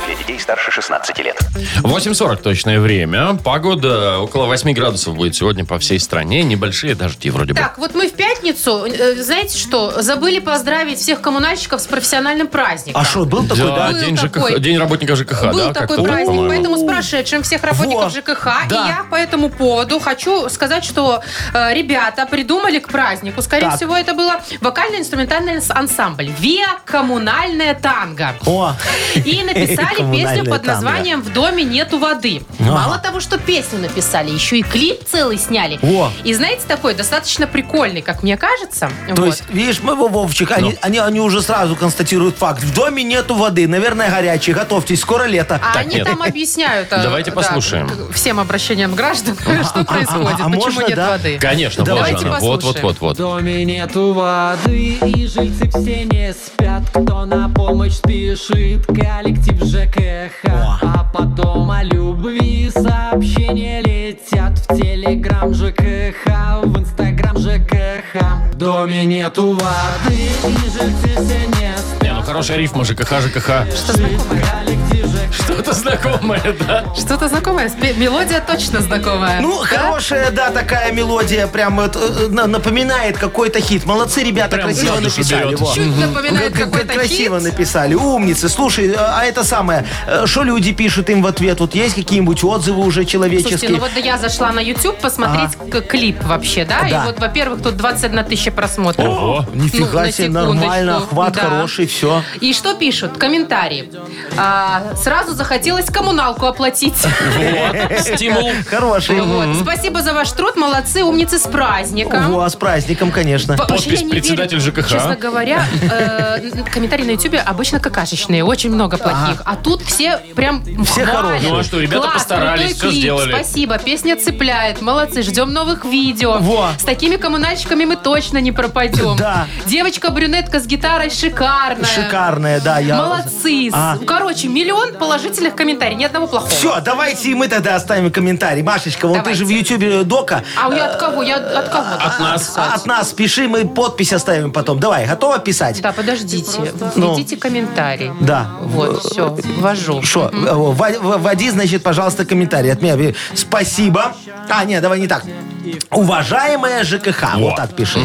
[SPEAKER 5] Для детей старше 16 лет.
[SPEAKER 2] 8.40 точное время. Погода около 8 градусов будет сегодня по всей стране. Небольшие дожди вроде бы.
[SPEAKER 3] Так, вот мы в пятницу, э, знаете что, забыли поздравить всех коммунальщиков с профессиональным праздником.
[SPEAKER 4] А что, был такой,
[SPEAKER 2] Да,
[SPEAKER 4] да?
[SPEAKER 3] Был
[SPEAKER 2] день,
[SPEAKER 3] такой.
[SPEAKER 2] ЖКХ, день работника ЖКХ,
[SPEAKER 3] Был
[SPEAKER 2] да?
[SPEAKER 3] такой
[SPEAKER 2] как-то так,
[SPEAKER 3] праздник,
[SPEAKER 2] по-моему.
[SPEAKER 3] поэтому с прошедшим всех работников
[SPEAKER 4] Во.
[SPEAKER 3] ЖКХ.
[SPEAKER 4] Да.
[SPEAKER 3] И я по этому поводу хочу сказать, что э, ребята придумали к празднику, скорее
[SPEAKER 4] Так.
[SPEAKER 3] всего, это было вокально-инструментальный анс- ансамбль «Виа коммунальная танго».
[SPEAKER 4] О, [LAUGHS]
[SPEAKER 3] И написали песню
[SPEAKER 4] Коммунальная
[SPEAKER 3] под
[SPEAKER 4] танго.
[SPEAKER 3] названием «В доме нету воды».
[SPEAKER 4] Ага.
[SPEAKER 3] Мало того, что песню написали, еще и клип целый сняли.
[SPEAKER 4] О.
[SPEAKER 3] И знаете, такой достаточно прикольный, как мне кажется.
[SPEAKER 4] То
[SPEAKER 3] Вот.
[SPEAKER 4] есть, видишь, мы, Во- Вовчик,
[SPEAKER 2] Ну.
[SPEAKER 4] они, они, они уже сразу констатируют факт. В доме нету воды, наверное, горячей. Готовьтесь, скоро лето.
[SPEAKER 3] А
[SPEAKER 2] Так,
[SPEAKER 3] они
[SPEAKER 2] нет.
[SPEAKER 3] там объясняют. э,
[SPEAKER 2] Давайте
[SPEAKER 3] да,
[SPEAKER 2] послушаем.
[SPEAKER 3] к- всем обращениям граждан, [LAUGHS] что происходит,
[SPEAKER 4] а
[SPEAKER 3] почему
[SPEAKER 4] можно,
[SPEAKER 3] нет
[SPEAKER 4] да?
[SPEAKER 3] воды.
[SPEAKER 2] Конечно, вот
[SPEAKER 3] Давайте
[SPEAKER 2] она. Вот, вот,
[SPEAKER 3] послушаем.
[SPEAKER 2] вот, вот.
[SPEAKER 8] В доме нету воды и жильцы все не спят Кто на помощь спешит, коллектив ЖКХ А потом о любви сообщения летят В телеграм ЖКХ, в инстаграм ЖКХ В доме нету воды и жильцы все не спят
[SPEAKER 2] Не, ну хорошая рифма ЖКХ, ЖКХ.
[SPEAKER 8] Коллектив ЖКХ
[SPEAKER 2] Что-то знакомое, да?
[SPEAKER 3] Что-то знакомое, спе- мелодия точно знакомая.
[SPEAKER 4] Ну,
[SPEAKER 3] Да?
[SPEAKER 4] хорошая, да, такая мелодия, прям вот, э, на- напоминает какой-то хит. Молодцы, ребята,
[SPEAKER 2] Прям
[SPEAKER 4] красиво
[SPEAKER 2] за душу
[SPEAKER 4] написали.
[SPEAKER 2] берет.
[SPEAKER 4] во.
[SPEAKER 3] Чуть напоминает
[SPEAKER 4] Как- как
[SPEAKER 3] какой-то
[SPEAKER 4] красиво
[SPEAKER 3] хит.
[SPEAKER 4] написали, умницы. Слушай, а а это самое, что люди пишут им в ответ? Вот есть какие-нибудь отзывы уже
[SPEAKER 3] Слушайте, ну
[SPEAKER 4] человеческие?
[SPEAKER 3] вот я зашла на YouTube посмотреть к- клип вообще, да?
[SPEAKER 4] А. Да.
[SPEAKER 3] И вот, во-первых, тут 21 тысяча просмотров.
[SPEAKER 2] Ого.
[SPEAKER 4] Нифига
[SPEAKER 3] Ну, на
[SPEAKER 4] себе,
[SPEAKER 3] секундочку.
[SPEAKER 4] нормально, охват
[SPEAKER 3] Да.
[SPEAKER 4] хороший, все.
[SPEAKER 3] И что пишут? Комментарии. А, сразу захотелось коммуналку оплатить.
[SPEAKER 2] Вот, стимул.
[SPEAKER 4] Хороший.
[SPEAKER 3] Вот. Спасибо за ваш труд, молодцы, умницы с праздником.
[SPEAKER 4] Во, а с праздником, конечно.
[SPEAKER 3] По- вообще
[SPEAKER 2] Подпись
[SPEAKER 3] я не
[SPEAKER 2] «Председатель
[SPEAKER 3] верю.
[SPEAKER 2] ЖКХ».
[SPEAKER 3] Честно говоря, э, н- комментарии на Ютубе обычно какашечные, очень много плохих. А тут все прям
[SPEAKER 4] Все
[SPEAKER 3] хвалят.
[SPEAKER 4] хорошие.
[SPEAKER 2] Ну а что, ребята
[SPEAKER 3] Класс,
[SPEAKER 2] постарались,
[SPEAKER 3] крутой
[SPEAKER 2] всё
[SPEAKER 3] клип,
[SPEAKER 2] сделали.
[SPEAKER 3] Спасибо, песня цепляет, молодцы, ждем новых видео.
[SPEAKER 4] Во.
[SPEAKER 3] С такими коммунальщиками мы точно не пропадем.
[SPEAKER 4] Да.
[SPEAKER 3] Девочка-брюнетка с гитарой шикарная.
[SPEAKER 4] Шикарная, да. Я...
[SPEAKER 3] Молодцы.
[SPEAKER 4] А.
[SPEAKER 3] Короче, миллион положительных комментариев, ни одного плохого.
[SPEAKER 4] Все, давайте и мы тогда оставим комментарий. Машечка, вот ты
[SPEAKER 3] Давайте.
[SPEAKER 4] же в Ютубе дока.
[SPEAKER 3] А я от кого? Я от кого?
[SPEAKER 2] От нас.
[SPEAKER 4] А От нас пиши, мы подпись оставим потом. Давай, готова писать?
[SPEAKER 3] Да, подождите.
[SPEAKER 4] Ну.
[SPEAKER 3] Введите комментарий.
[SPEAKER 4] Да.
[SPEAKER 3] Вот, все, ввожу.
[SPEAKER 4] Что? Вводи, значит, пожалуйста, комментарий от меня. э, Спасибо. А, нет, давай не так. Уважаемая ЖКХ, вот так пиши.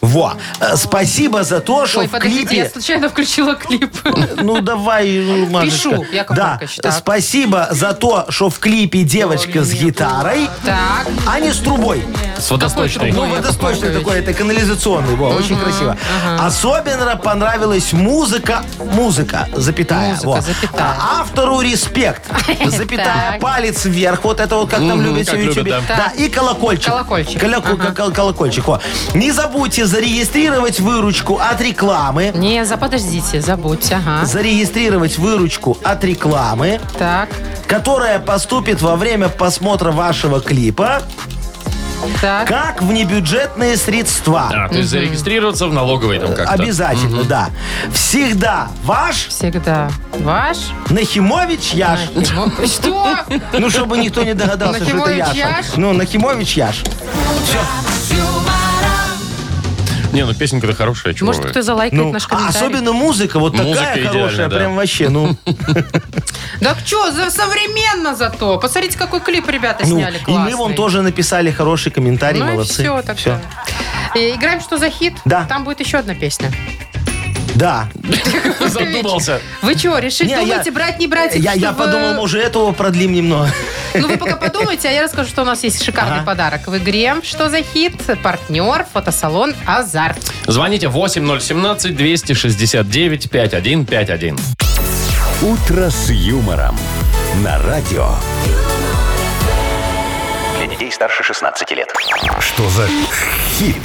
[SPEAKER 4] Во. Э, Спасибо за то, что
[SPEAKER 3] Ой,
[SPEAKER 4] в
[SPEAKER 3] подождите, я
[SPEAKER 4] клипе...
[SPEAKER 3] случайно включила клип.
[SPEAKER 4] Ну, давай, ну, Машечка.
[SPEAKER 3] Пишу, Яков
[SPEAKER 4] да.
[SPEAKER 3] Маркович, так.
[SPEAKER 4] Спасибо за то, что в клипе девочка с гитарой,
[SPEAKER 3] Так.
[SPEAKER 4] а не с трубой.
[SPEAKER 2] С водосточной.
[SPEAKER 4] Ну, водосточный такой, это канализационный, во, очень красиво. Особенно понравилась музыка, музыка, запятая.
[SPEAKER 3] Музыка,
[SPEAKER 4] во.
[SPEAKER 3] запятая.
[SPEAKER 4] А Автору респект,
[SPEAKER 3] [LAUGHS]
[SPEAKER 4] запятая,
[SPEAKER 3] Так.
[SPEAKER 4] палец вверх, вот это вот как там
[SPEAKER 2] Мгм,
[SPEAKER 4] любят
[SPEAKER 2] как
[SPEAKER 4] в Ютубе.
[SPEAKER 2] любят,
[SPEAKER 3] да.
[SPEAKER 4] Да, и колокольчик.
[SPEAKER 3] Колокольчик.
[SPEAKER 4] Коляку-
[SPEAKER 3] Ага.
[SPEAKER 4] кол- Колокольчик, во. Не забудьте зарегистрировать выручку от рекламы.
[SPEAKER 3] Не, за, подождите, забудьте, ага.
[SPEAKER 4] Зарегистрировать выручку от рекламы,
[SPEAKER 3] Так,
[SPEAKER 4] которая поступит во время просмотра вашего клипа,
[SPEAKER 3] так.
[SPEAKER 4] как в небюджетные средства.
[SPEAKER 2] А, то есть зарегистрироваться в налоговой там как-то.
[SPEAKER 4] Обязательно, да. Всегда ваш
[SPEAKER 3] Всегда ваш.
[SPEAKER 4] Нахимович Яш. [LAUGHS]
[SPEAKER 3] Нахимо- Что?
[SPEAKER 4] Ну, чтобы никто не догадался, что это
[SPEAKER 3] Нахимович Яш?
[SPEAKER 4] Яша. Ну, Нахимович Яш.
[SPEAKER 2] Не, ну песенка-то хорошая, чего
[SPEAKER 3] [LAUGHS] Может,
[SPEAKER 2] вы. [LAUGHS]
[SPEAKER 3] кто залайкает
[SPEAKER 4] Ну,
[SPEAKER 3] наш
[SPEAKER 4] а
[SPEAKER 3] комментарий?
[SPEAKER 4] особенно музыка вот
[SPEAKER 2] Музыка
[SPEAKER 4] такая
[SPEAKER 2] идеальная,
[SPEAKER 4] хорошая,
[SPEAKER 2] да.
[SPEAKER 4] прям
[SPEAKER 3] [LAUGHS]
[SPEAKER 4] вообще, ну,
[SPEAKER 3] Так что, за современно зато. Посмотрите, какой клип ребята
[SPEAKER 4] ну,
[SPEAKER 3] сняли.
[SPEAKER 4] и мы
[SPEAKER 3] классный.
[SPEAKER 4] вон тоже написали хороший комментарий,
[SPEAKER 3] Ну и
[SPEAKER 4] молодцы.
[SPEAKER 3] все тогда.
[SPEAKER 4] Всё.
[SPEAKER 3] И Играем «Что за хит?»
[SPEAKER 4] Да.
[SPEAKER 3] Там будет еще одна песня.
[SPEAKER 4] Да.
[SPEAKER 2] Задумался.
[SPEAKER 3] Вы что, решили,
[SPEAKER 4] Не, я-
[SPEAKER 3] думаете, брать, не брать?
[SPEAKER 4] Я, я
[SPEAKER 3] чтобы-
[SPEAKER 4] подумал, может, этого продлим немного. [LAUGHS]
[SPEAKER 3] Ну, вы пока подумайте, а я расскажу, что у нас есть шикарный
[SPEAKER 4] Ага.
[SPEAKER 3] подарок в игре. Что за хит? Партнер, фотосалон «Азарт».
[SPEAKER 2] Звоните 8017-269-5151.
[SPEAKER 1] «Утро с юмором» на радио.
[SPEAKER 5] Для детей старше 16 лет.
[SPEAKER 1] Что за хит?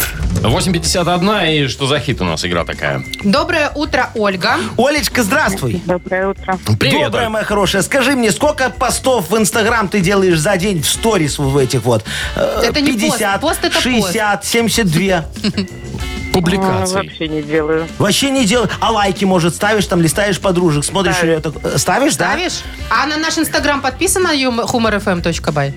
[SPEAKER 2] 8.51, и что за хит у нас игра такая?
[SPEAKER 3] Доброе утро, Ольга.
[SPEAKER 4] Олечка, здравствуй.
[SPEAKER 7] Доброе утро.
[SPEAKER 2] Привет,
[SPEAKER 4] Добрая
[SPEAKER 2] Оль.
[SPEAKER 4] моя хорошая. Скажи мне, сколько постов в Инстаграм ты делаешь за день в сторис в этих вот? Э,
[SPEAKER 3] Это не пост.
[SPEAKER 4] 50,
[SPEAKER 3] Пост это пост.
[SPEAKER 4] 60, 72.
[SPEAKER 2] Публикации.
[SPEAKER 7] Вообще не делаю.
[SPEAKER 4] Вообще не делай. А лайки, может, ставишь, там листаешь подружек, смотришь ее. Ставишь, да?
[SPEAKER 3] Ставишь? А на наш инстаграм подписана юмор- humorfm.by?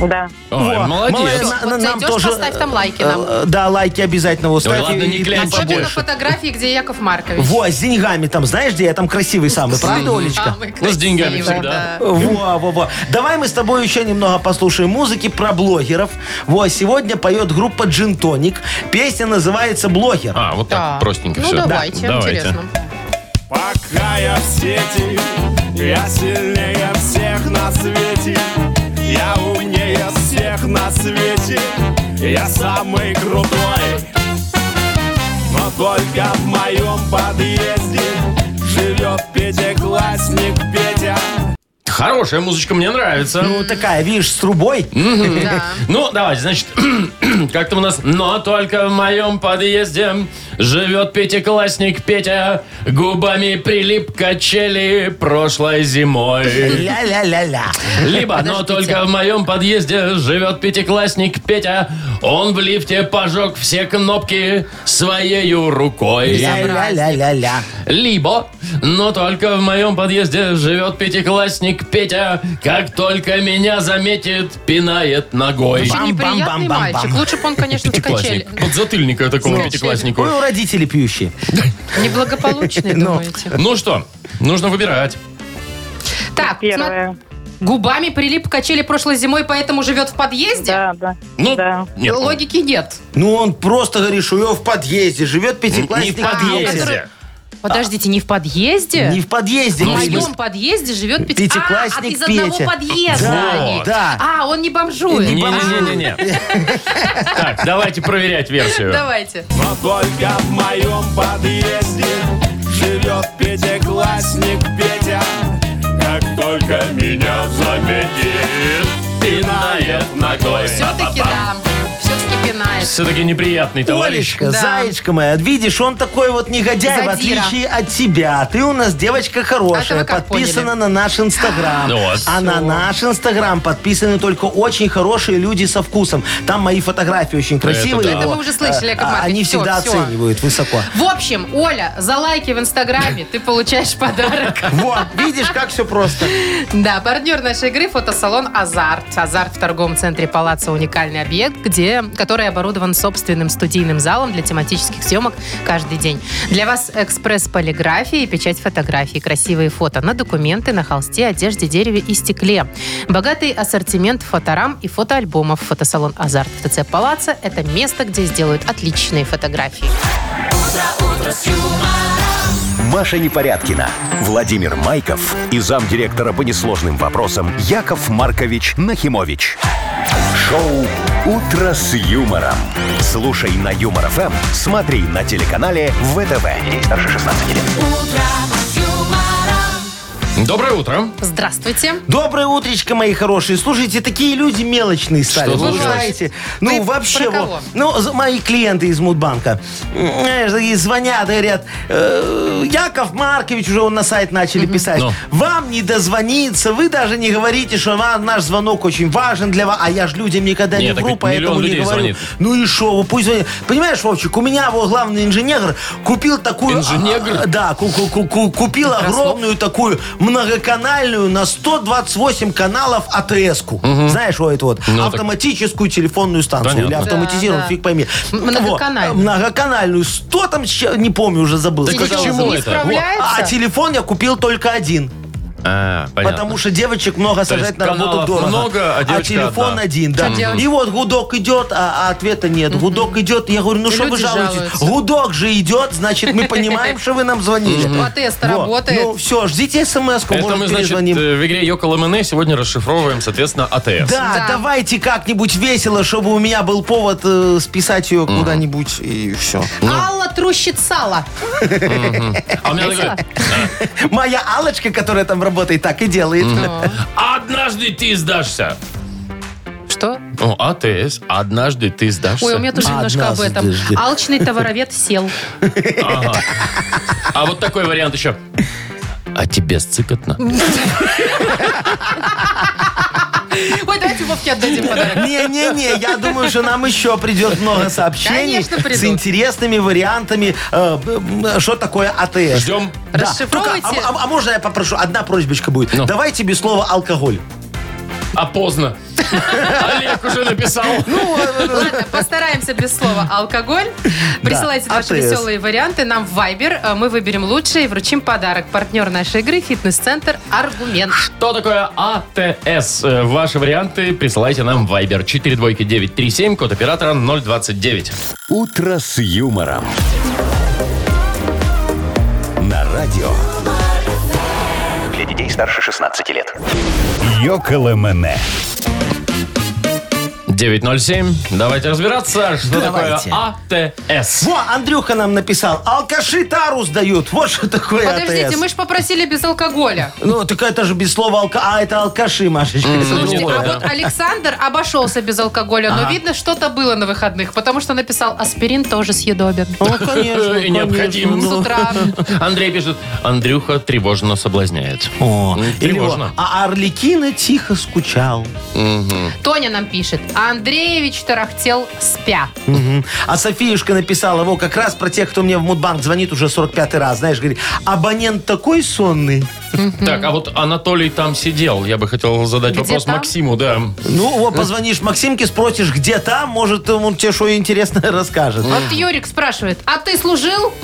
[SPEAKER 7] Да.
[SPEAKER 2] Ой,
[SPEAKER 4] Во,
[SPEAKER 2] молодец.
[SPEAKER 4] молодец.
[SPEAKER 3] Вот
[SPEAKER 4] Нам
[SPEAKER 3] зайдешь,
[SPEAKER 4] тоже,
[SPEAKER 3] поставь там лайки нам.
[SPEAKER 4] Э, Да, лайки обязательно вот ставь.
[SPEAKER 2] ладно,
[SPEAKER 4] и-
[SPEAKER 2] не
[SPEAKER 4] и-
[SPEAKER 2] клянь
[SPEAKER 4] и-
[SPEAKER 3] Особенно
[SPEAKER 2] побольше.
[SPEAKER 3] фотографии, где Яков Маркович.
[SPEAKER 4] Во, с деньгами там, знаешь, где я там красивый самый, правда, Олечка?
[SPEAKER 3] Самый
[SPEAKER 2] Ну, с деньгами
[SPEAKER 3] красивый,
[SPEAKER 2] всегда.
[SPEAKER 3] А да.
[SPEAKER 4] Во, во, во. Давай мы с тобой еще немного послушаем музыки про блогеров. Во, сегодня поет группа Джинтоник. Песня называется «Блогер».
[SPEAKER 2] А, вот так,
[SPEAKER 3] Да.
[SPEAKER 2] простенько
[SPEAKER 3] ну,
[SPEAKER 2] все.
[SPEAKER 3] давайте, интересно.
[SPEAKER 9] Пока я в сети, я сильнее всех на свете, я умнее всех на свете, я самый крутой. Но только в моем подъезде живет пятиклассник Петя.
[SPEAKER 2] Хорошая музычка, мне нравится.
[SPEAKER 4] Ну, такая, видишь, с трубой.
[SPEAKER 3] Да.
[SPEAKER 2] Ну, давайте, значит, [CLEARS THROAT] как-то у нас... Но только в моем подъезде живет пятиклассник Петя, губами прилип к качели прошлой зимой.
[SPEAKER 4] Ля-ля-ля-ля.
[SPEAKER 2] Либо, но только в моем подъезде живет пятиклассник Петя, он в лифте пожег все кнопки своею рукой.
[SPEAKER 4] Ля-ля-ля-ля-ля.
[SPEAKER 2] Либо, но только в моем подъезде живет пятиклассник Петя, как только меня заметит, пинает ногой.
[SPEAKER 3] Очень
[SPEAKER 4] Бам-бам-бам-бам-бам.
[SPEAKER 3] неприятный мальчик. Лучше бы он, ну, конечно, в качели. Ну,
[SPEAKER 2] Пятиклассник. Подзатыльника такому
[SPEAKER 3] Качели.
[SPEAKER 2] пятикласснику.
[SPEAKER 4] Ой, у родителей пьющие.
[SPEAKER 3] Неблагополучный,
[SPEAKER 4] Ну.
[SPEAKER 3] думаете?
[SPEAKER 2] Ну что, нужно выбирать.
[SPEAKER 3] Так, смо-
[SPEAKER 7] Первое.
[SPEAKER 3] губами прилип к качели прошлой зимой, поэтому живет в подъезде?
[SPEAKER 7] Да, да.
[SPEAKER 2] Ну,
[SPEAKER 7] Да.
[SPEAKER 2] нет.
[SPEAKER 3] Логики нет.
[SPEAKER 4] Ну, он просто говорит, что у него в подъезде живет
[SPEAKER 2] Не в
[SPEAKER 4] пятиклассник. А,
[SPEAKER 2] подъезде.
[SPEAKER 3] который- Подождите, не в подъезде?
[SPEAKER 4] Не в подъезде.
[SPEAKER 3] В
[SPEAKER 2] Ну, в
[SPEAKER 4] Марина.
[SPEAKER 2] смысле?
[SPEAKER 3] моем подъезде живет пяти...
[SPEAKER 4] Пятиклассник
[SPEAKER 3] а, от- из одного
[SPEAKER 4] Петя.
[SPEAKER 3] подъезда.
[SPEAKER 4] Да,
[SPEAKER 3] они.
[SPEAKER 4] да.
[SPEAKER 3] А, он не бомжует.
[SPEAKER 2] Не-не-не-не. Так, давайте проверять
[SPEAKER 3] А,
[SPEAKER 2] версию.
[SPEAKER 3] Давайте.
[SPEAKER 9] Но только в моем подъезде живет пятиклассник Петя. Как только меня заметит, пинает ногой.
[SPEAKER 3] Все-таки да. Все-таки пинает.
[SPEAKER 2] Все-таки неприятный товарищ.
[SPEAKER 4] Олечка,
[SPEAKER 3] Да.
[SPEAKER 4] заячка моя, видишь, он такой вот негодяй, в
[SPEAKER 3] Задира. А
[SPEAKER 4] отличие от тебя. А Ты у нас девочка
[SPEAKER 3] Это
[SPEAKER 4] хорошая,
[SPEAKER 3] вы как
[SPEAKER 4] подписана
[SPEAKER 3] поняли?
[SPEAKER 4] на наш инстаграм.
[SPEAKER 2] Ну вот.
[SPEAKER 4] А на наш инстаграм подписаны только очень хорошие люди со вкусом. Там мои фотографии очень красивые.
[SPEAKER 2] да.
[SPEAKER 4] его,
[SPEAKER 3] Это мы уже слышали,
[SPEAKER 4] э,
[SPEAKER 3] Яков
[SPEAKER 4] а,
[SPEAKER 3] Маркович.
[SPEAKER 4] Они
[SPEAKER 3] Всё,
[SPEAKER 4] всегда
[SPEAKER 3] всё.
[SPEAKER 4] оценивают высоко.
[SPEAKER 3] В общем, Оля, за лайки в Инстаграме ты получаешь подарок.
[SPEAKER 4] Вот, видишь, как все просто.
[SPEAKER 3] Да, партнер нашей игры – фотосалон «Азарт». «Азарт» в торговом центре «Палаца» – уникальный объект, где, который оборудован собственным студийным залом для тематических съемок каждый день. Для вас экспресс полиграфии и печать фотографий, красивые фото на документы, на холсте, одежде, дереве и стекле. Богатый ассортимент фоторам и фотоальбомов. Фотосалон «Азарт» в ТЦ «Палаца» – это место, где сделают отличные фотографии.
[SPEAKER 1] Маша Непорядкина, Владимир Майков и замдиректора по несложным вопросам Яков Маркович Нахимович. Шоу «Утро с юмором». Слушай на Юмор ФМ, смотри на телеканале ВТВ. Ей старше 16 лет.
[SPEAKER 2] Доброе утро.
[SPEAKER 3] Здравствуйте.
[SPEAKER 4] Доброе утречко, мои хорошие. Слушайте, такие люди мелочные стали.
[SPEAKER 2] Что
[SPEAKER 4] вы
[SPEAKER 2] случилось?
[SPEAKER 4] знаете. Ну,
[SPEAKER 3] Вы
[SPEAKER 4] вообще,
[SPEAKER 3] про
[SPEAKER 4] вот,
[SPEAKER 3] кого?
[SPEAKER 4] ну, з- мои клиенты из Мудбанка. М, знаешь, такие звонят и говорят, «Э, Яков Маркович, уже он на сайт начали писать,
[SPEAKER 2] Ну.
[SPEAKER 4] вам не дозвониться, вы даже не говорите, что вам наш звонок очень важен для вас, а я же людям никогда
[SPEAKER 2] Не,
[SPEAKER 4] не
[SPEAKER 2] так
[SPEAKER 4] вру,
[SPEAKER 2] ведь
[SPEAKER 4] поэтому
[SPEAKER 2] миллион
[SPEAKER 4] не
[SPEAKER 2] людей
[SPEAKER 4] говорю.
[SPEAKER 2] звонит.
[SPEAKER 4] Ну и шо, вы пусть звонит. Понимаешь, Вовчик, у меня вот главный инженер купил такую...
[SPEAKER 2] Инженер?
[SPEAKER 4] а, Да, ку- ку- ку- ку- купил огромную такую многоканальную на 128 каналов АТС-ку. Знаешь, вот эту вот
[SPEAKER 2] Ну, так-
[SPEAKER 4] автоматическую телефонную станцию
[SPEAKER 2] Понятно.
[SPEAKER 4] или автоматизированную,
[SPEAKER 3] Да, да.
[SPEAKER 4] фиг пойми.
[SPEAKER 3] М- многоканальную.
[SPEAKER 4] Во, многоканальную. 100 там, с чем- не помню, уже забыл.
[SPEAKER 2] Так
[SPEAKER 3] Не
[SPEAKER 2] к чему
[SPEAKER 3] не
[SPEAKER 2] это?
[SPEAKER 3] справляется?
[SPEAKER 4] А телефон я купил только один.
[SPEAKER 2] А,
[SPEAKER 4] Потому что девочек много
[SPEAKER 2] То есть
[SPEAKER 4] сажать на работу
[SPEAKER 2] каналов
[SPEAKER 4] дорого.
[SPEAKER 2] много, а девочка
[SPEAKER 4] телефон
[SPEAKER 2] одна.
[SPEAKER 4] один, да.
[SPEAKER 3] Что делать?
[SPEAKER 4] И вот гудок идет, а, а ответа нет. Гудок идет. Я говорю, ну
[SPEAKER 3] И
[SPEAKER 4] что вы
[SPEAKER 3] люди
[SPEAKER 4] жалуетесь?
[SPEAKER 3] жалуются.
[SPEAKER 4] Гудок же идет, значит, мы понимаем, что вы нам звонили.
[SPEAKER 3] Ну, а тест-то
[SPEAKER 4] Вот.
[SPEAKER 3] работает.
[SPEAKER 4] Ну все, ждите смс-ку,
[SPEAKER 2] Это
[SPEAKER 4] может,
[SPEAKER 2] мы, значит,
[SPEAKER 4] перезвоним.
[SPEAKER 2] э, в игре Йокол МН сегодня расшифровываем, соответственно, А АТС.
[SPEAKER 4] Да,
[SPEAKER 3] Да.
[SPEAKER 4] давайте как-нибудь весело, чтобы у меня был повод э, списать ее куда-нибудь, и все.
[SPEAKER 3] Алла трущит сало.
[SPEAKER 2] А у меня такое,
[SPEAKER 4] Моя Алочка, которая там работает, так и делает.
[SPEAKER 2] однажды ты сдашься.
[SPEAKER 3] Что?
[SPEAKER 2] О, АТС, однажды ты сдашься.
[SPEAKER 3] Ой, у меня тоже немножко об этом.
[SPEAKER 4] Однажды.
[SPEAKER 3] Алчный товаровед сел.
[SPEAKER 2] Ага. А вот такой вариант еще. А тебе сцикотно?
[SPEAKER 3] [LAUGHS] Ой, давайте Вовке отдадим подарок.
[SPEAKER 4] Не-не-не, я думаю, что нам еще придет много сообщений
[SPEAKER 3] Конечно, придут.
[SPEAKER 4] с интересными вариантами, э, э, что такое АТС.
[SPEAKER 2] Ждем.
[SPEAKER 4] Да.
[SPEAKER 3] Расшифровывайте.
[SPEAKER 4] Только, а, а- а можно я попрошу? Одна просьбочка будет.
[SPEAKER 2] Ну.
[SPEAKER 4] Давайте без слова алкоголь.
[SPEAKER 2] А
[SPEAKER 3] [LAUGHS]
[SPEAKER 2] поздно. Олег уже написал.
[SPEAKER 3] Ладно, постараемся без слова алкоголь. Присылайте
[SPEAKER 4] Да,
[SPEAKER 3] ваши
[SPEAKER 4] АТС.
[SPEAKER 3] веселые варианты нам в Viber. Э, Мы выберем лучший и вручим подарок. Партнер нашей игры фитнес-центр «Аргумент».
[SPEAKER 2] Что такое АТС? Э, Ваши варианты присылайте нам в Viber 42937, код оператора 029.
[SPEAKER 1] «Утро с юмором». На радио
[SPEAKER 5] Для детей старше 16 лет.
[SPEAKER 1] «Йоколэмэне».
[SPEAKER 2] 907. Давайте разбираться, что А
[SPEAKER 4] Давайте.
[SPEAKER 2] такое АТС.
[SPEAKER 4] Во, Андрюха нам написал, алкаши тару сдают. Вот что такое
[SPEAKER 3] Подождите,
[SPEAKER 4] АТС.
[SPEAKER 3] мы же попросили без алкоголя.
[SPEAKER 4] Ну, так это же без слова алка... А, это алкаши, Машечка. это
[SPEAKER 2] Ну,
[SPEAKER 3] Слушайте,
[SPEAKER 4] другое.
[SPEAKER 3] а вот Александр обошелся без алкоголя, но видно, что-то было на выходных, потому что написал аспирин тоже съедобен.
[SPEAKER 4] Ну, конечно,
[SPEAKER 2] И [LAUGHS] необходимо.
[SPEAKER 4] конечно,
[SPEAKER 3] С
[SPEAKER 4] ну.
[SPEAKER 3] утра.
[SPEAKER 2] Андрей пишет, Андрюха тревожно соблазняет.
[SPEAKER 4] О,
[SPEAKER 2] Ну,
[SPEAKER 4] или вот,
[SPEAKER 2] тревожно.
[SPEAKER 4] а Орликина тихо скучал.
[SPEAKER 3] Тоня нам пишет. Андреевич тарахтел спя.
[SPEAKER 4] Мгм. А Софиюшка написала его как раз про тех, кто мне в Мудбанк звонит уже 45 раз. Знаешь, говорит, абонент такой сонный.
[SPEAKER 2] Так, а вот Анатолий там сидел. Я бы хотел задать
[SPEAKER 3] Где
[SPEAKER 2] вопрос
[SPEAKER 3] там?
[SPEAKER 2] Максиму, да.
[SPEAKER 4] Ну, вот позвонишь Максимке, спросишь, где там, может, он тебе что интересное [LAUGHS] расскажет.
[SPEAKER 3] Вот Юрик спрашивает, а ты служил?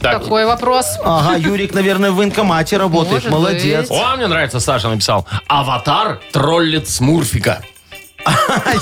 [SPEAKER 2] Так.
[SPEAKER 3] Такой вопрос.
[SPEAKER 4] Ага, Юрик, наверное, в военкомате работает.
[SPEAKER 3] Может
[SPEAKER 4] Молодец. [LAUGHS]
[SPEAKER 3] быть.
[SPEAKER 2] О, мне нравится, Саша написал. Аватар троллит Смурфика.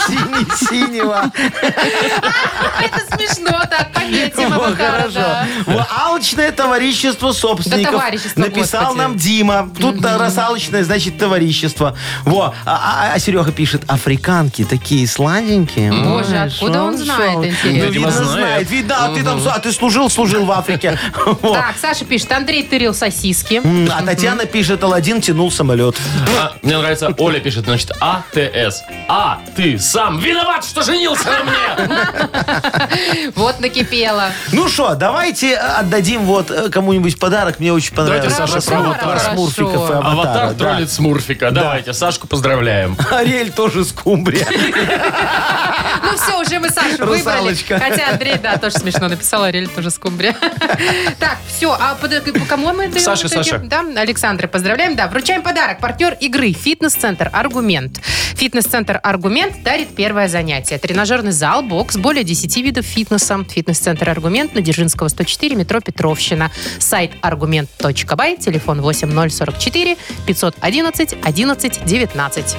[SPEAKER 4] Синий-синего.
[SPEAKER 3] [LAUGHS] Это смешно, так, пометим
[SPEAKER 4] Во,
[SPEAKER 3] аватара,
[SPEAKER 4] хорошо.
[SPEAKER 3] да.
[SPEAKER 4] Во, Алчное товарищество собственников.
[SPEAKER 3] Да товарищество,
[SPEAKER 4] Написал
[SPEAKER 3] господи.
[SPEAKER 4] нам Дима. Тут да, раз алчное, значит, товарищество. Во. А, а- а Серега пишет, африканки такие сладенькие.
[SPEAKER 3] Боже, откуда он знает, интересно?
[SPEAKER 4] Ну, видно,
[SPEAKER 2] Видимо, знает.
[SPEAKER 4] знает. Видно, а ты там, а ты служил, служил в Африке. [LAUGHS] Во.
[SPEAKER 3] Так, Саша пишет, Андрей тырил сосиски.
[SPEAKER 4] М, А Татьяна пишет, Аладдин тянул самолет.
[SPEAKER 2] А, мне нравится, Оля пишет, значит, АТС. А, ты сам виноват, что женился на мне!
[SPEAKER 3] Вот накипело.
[SPEAKER 4] Ну что, давайте э, отдадим вот э, кому-нибудь подарок. Мне очень
[SPEAKER 2] Давайте,
[SPEAKER 4] понравилось.
[SPEAKER 2] Саша, про
[SPEAKER 4] Про
[SPEAKER 2] аватара.
[SPEAKER 4] Смурфиков и
[SPEAKER 3] Хорошо.
[SPEAKER 4] аватара.
[SPEAKER 2] Аватар
[SPEAKER 4] да.
[SPEAKER 2] троллит Смурфика. Давайте, Сашку поздравляем.
[SPEAKER 4] Ариэль
[SPEAKER 3] [LAUGHS]
[SPEAKER 4] тоже скумбрия.
[SPEAKER 3] Ну все, уже мы Сашу выбрали.
[SPEAKER 4] Русалочка.
[SPEAKER 3] Хотя Андрей, да, тоже смешно написал, а Ариэль тоже скумбрия. Так, все, а под- к- кому мы даем?
[SPEAKER 2] Саша,
[SPEAKER 3] в итоге?
[SPEAKER 2] Саша.
[SPEAKER 3] Да, Александра, поздравляем. Да, вручаем подарок. Партнер игры «Фитнес-центр Аргумент». Фитнес-центр «Аргумент» дарит первое занятие. Тренажерный зал, бокс, более 10 видов фитнеса. Фитнес-центр «Аргумент» на Дзержинского, 104, метро Петровщина. Сайт argument.by, телефон 8044 511 11 19.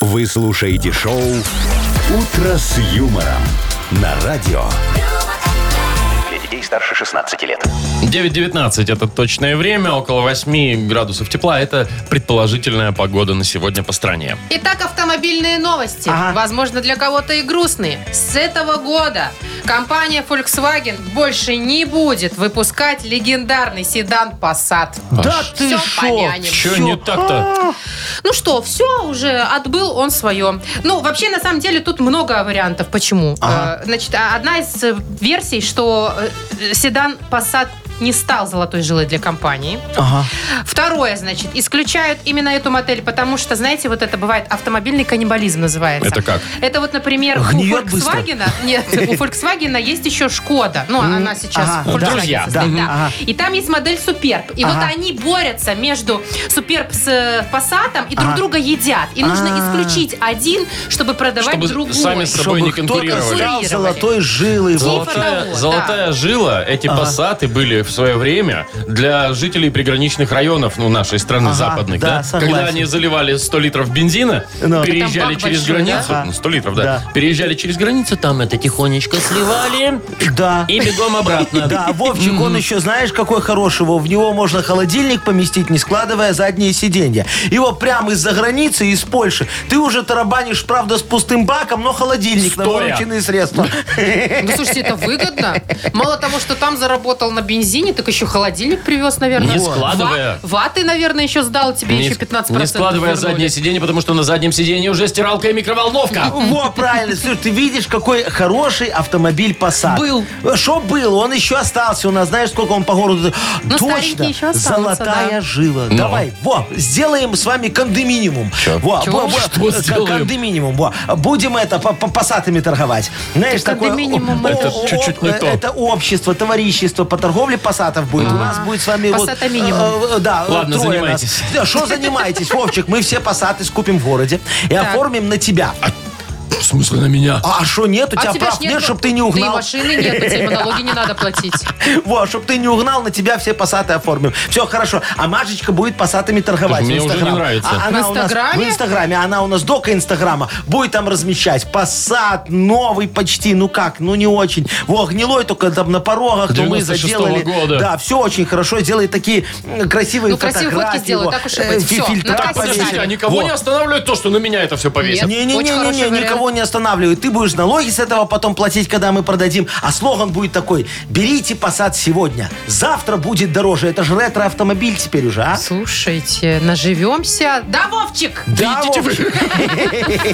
[SPEAKER 1] Вы слушаете шоу «Утро с юмором» на радио.
[SPEAKER 5] Для детей старше 16 лет.
[SPEAKER 2] 9.19 это точное время, около 8 градусов тепла. Это предположительная погода на сегодня по стране.
[SPEAKER 3] Итак, автомобильные новости.
[SPEAKER 4] Ага.
[SPEAKER 3] Возможно, для кого-то и грустные. С этого года компания Volkswagen больше не будет выпускать легендарный седан Passat.
[SPEAKER 4] Да А ты
[SPEAKER 3] Всё
[SPEAKER 4] Ну шо?
[SPEAKER 3] помянем.
[SPEAKER 2] Че
[SPEAKER 4] Всё. А,
[SPEAKER 2] не так-то?
[SPEAKER 3] Ну что, все уже отбыл он свое. Ну, вообще, на самом деле, тут много вариантов. Почему?
[SPEAKER 4] Ага.
[SPEAKER 3] Э, Значит, а- одна из э, версий, что э, седан Passat не стал золотой жилой для компании.
[SPEAKER 4] Ага.
[SPEAKER 3] Второе, значит, исключают именно эту модель, потому что, знаете, вот это бывает автомобильный каннибализм называется.
[SPEAKER 2] Это как?
[SPEAKER 3] Это вот, например,
[SPEAKER 4] Гниет
[SPEAKER 3] у Volkswagen, нет, у Volkswagen есть еще Шкода. Ну, она сейчас
[SPEAKER 4] ага,
[SPEAKER 3] в
[SPEAKER 4] да.
[SPEAKER 3] Volkswagen
[SPEAKER 2] Друзья,
[SPEAKER 3] состоит,
[SPEAKER 4] да,
[SPEAKER 3] да.
[SPEAKER 4] ага.
[SPEAKER 3] И там есть модель Суперб. И вот
[SPEAKER 4] Ага.
[SPEAKER 3] они борются между Суперб с э, Passatом и друг
[SPEAKER 4] Ага.
[SPEAKER 3] друга едят. И нужно
[SPEAKER 4] А.
[SPEAKER 3] исключить один, чтобы продавать
[SPEAKER 2] Чтобы
[SPEAKER 3] другой.
[SPEAKER 2] сами с собой
[SPEAKER 4] Чтобы
[SPEAKER 2] не
[SPEAKER 4] кто-то
[SPEAKER 2] конкурировали.
[SPEAKER 4] взял золотой жилы.
[SPEAKER 3] Типа
[SPEAKER 4] вот.
[SPEAKER 3] того,
[SPEAKER 2] Золотая,
[SPEAKER 3] да.
[SPEAKER 2] золотая жила, эти пассаты были в свое время для жителей приграничных районов ну, нашей страны,
[SPEAKER 4] Ага,
[SPEAKER 2] западных, да?
[SPEAKER 4] да, согласен.
[SPEAKER 2] Когда они заливали 100 литров бензина,
[SPEAKER 4] Ну.
[SPEAKER 2] переезжали
[SPEAKER 3] Там бак
[SPEAKER 2] через
[SPEAKER 3] большой,
[SPEAKER 2] границу,
[SPEAKER 4] да?
[SPEAKER 2] ну, 100 литров, да.
[SPEAKER 4] Да.
[SPEAKER 2] переезжали через границу, там это тихонечко сливали
[SPEAKER 4] Да.
[SPEAKER 2] и бегом обратно.
[SPEAKER 4] Да, а Вовчик, он еще, знаешь, какой хороший. Вов, в него можно холодильник поместить, не складывая задние сиденья. Его прямо из-за границы, из Польши. Ты уже тарабанишь, правда, с пустым баком, но холодильник на
[SPEAKER 2] Стоя.
[SPEAKER 4] вырученные средства.
[SPEAKER 3] Ну, слушайте, это выгодно. Мало того, что там заработал на бензине, так еще холодильник привез, наверное.
[SPEAKER 2] Не складывая.
[SPEAKER 3] Ва- Ваты, наверное, еще сдал, тебе
[SPEAKER 2] Не,
[SPEAKER 3] еще 15%
[SPEAKER 2] не складывая
[SPEAKER 3] вернули.
[SPEAKER 2] заднее сиденье, потому что на заднем сиденье уже стиралка и микроволновка.
[SPEAKER 4] Во, правильно. Слушай, ты видишь, какой хороший автомобиль Passat.
[SPEAKER 3] Был.
[SPEAKER 4] Что был? Он еще остался у нас. Знаешь, сколько он по городу?
[SPEAKER 3] Но
[SPEAKER 4] Точно.
[SPEAKER 3] старенькие еще останутся,
[SPEAKER 4] Золотая
[SPEAKER 3] да.
[SPEAKER 4] жила.
[SPEAKER 2] Ну.
[SPEAKER 4] Давай, во, сделаем с вами кондоминиум. Во,
[SPEAKER 3] Чего?
[SPEAKER 4] во, во,
[SPEAKER 2] Что
[SPEAKER 4] э,
[SPEAKER 2] сделаем?
[SPEAKER 4] Кондоминиум, во. Будем это, по по- пассатами торговать. Знаешь,
[SPEAKER 3] Так
[SPEAKER 4] такое...
[SPEAKER 3] кондоминиум
[SPEAKER 4] о,
[SPEAKER 3] это
[SPEAKER 4] о,
[SPEAKER 2] чуть-чуть
[SPEAKER 4] о,
[SPEAKER 2] не то.
[SPEAKER 4] Это общество, товарищество по торговле пассатов будет. У нас будет с вами вот...
[SPEAKER 3] Пассата минимум.
[SPEAKER 4] э, э, Да,
[SPEAKER 2] Ладно,
[SPEAKER 4] трое
[SPEAKER 2] занимайтесь.
[SPEAKER 4] нас. Да, Что занимаетесь, Вовчик? Мы все пассаты скупим в городе и оформим на тебя.
[SPEAKER 2] В смысле на меня?
[SPEAKER 4] А что нет? У
[SPEAKER 3] тебя
[SPEAKER 4] тебя
[SPEAKER 3] ж
[SPEAKER 4] прав нет,
[SPEAKER 3] ну,
[SPEAKER 4] чтобы ты не
[SPEAKER 3] Да и
[SPEAKER 4] угнал.
[SPEAKER 3] машины нет, тебе налоги не надо платить.
[SPEAKER 4] [LAUGHS] Во, чтобы ты не угнал, на тебя все пассаты оформим. Все хорошо. А Машечка будет пассатами торговать.
[SPEAKER 2] Слушай, мне
[SPEAKER 4] в
[SPEAKER 2] уже не
[SPEAKER 4] Инстаграм.
[SPEAKER 2] нравится.
[SPEAKER 4] А
[SPEAKER 3] В
[SPEAKER 4] она у нас-
[SPEAKER 3] Инстаграме?
[SPEAKER 4] в Инстаграме. Она у нас дока Инстаграма. Будет там размещать. Пассат новый почти. Ну как? Ну не очень. Во, гнилой только там на порогах. Но мы
[SPEAKER 2] 96-го
[SPEAKER 4] заделали.
[SPEAKER 2] года.
[SPEAKER 4] Да, все очень хорошо. Делает такие м, красивые
[SPEAKER 3] Ну, красивые фотки
[SPEAKER 4] фотографии.
[SPEAKER 3] сделай,
[SPEAKER 4] Во,
[SPEAKER 3] так уж и
[SPEAKER 4] э,
[SPEAKER 3] быть.
[SPEAKER 4] фи-
[SPEAKER 3] Всё,
[SPEAKER 4] фильтра
[SPEAKER 3] на
[SPEAKER 2] Так,
[SPEAKER 3] кассе
[SPEAKER 2] подождите,
[SPEAKER 3] Сами.
[SPEAKER 2] а никого
[SPEAKER 4] Во.
[SPEAKER 2] не останавливает то, что на меня это все повесит?
[SPEAKER 3] Нет. Очень
[SPEAKER 4] Не-не-не,
[SPEAKER 3] хороший
[SPEAKER 4] никого не останавливает. Ты будешь налоги с этого потом платить, когда мы продадим. А слоган будет такой. Берите посад сегодня. Завтра будет дороже. Это же ретро-автомобиль теперь уже, а?
[SPEAKER 3] Слушайте, наживемся. Да, Вовчик!
[SPEAKER 4] Да,
[SPEAKER 2] идите
[SPEAKER 4] Вовчик.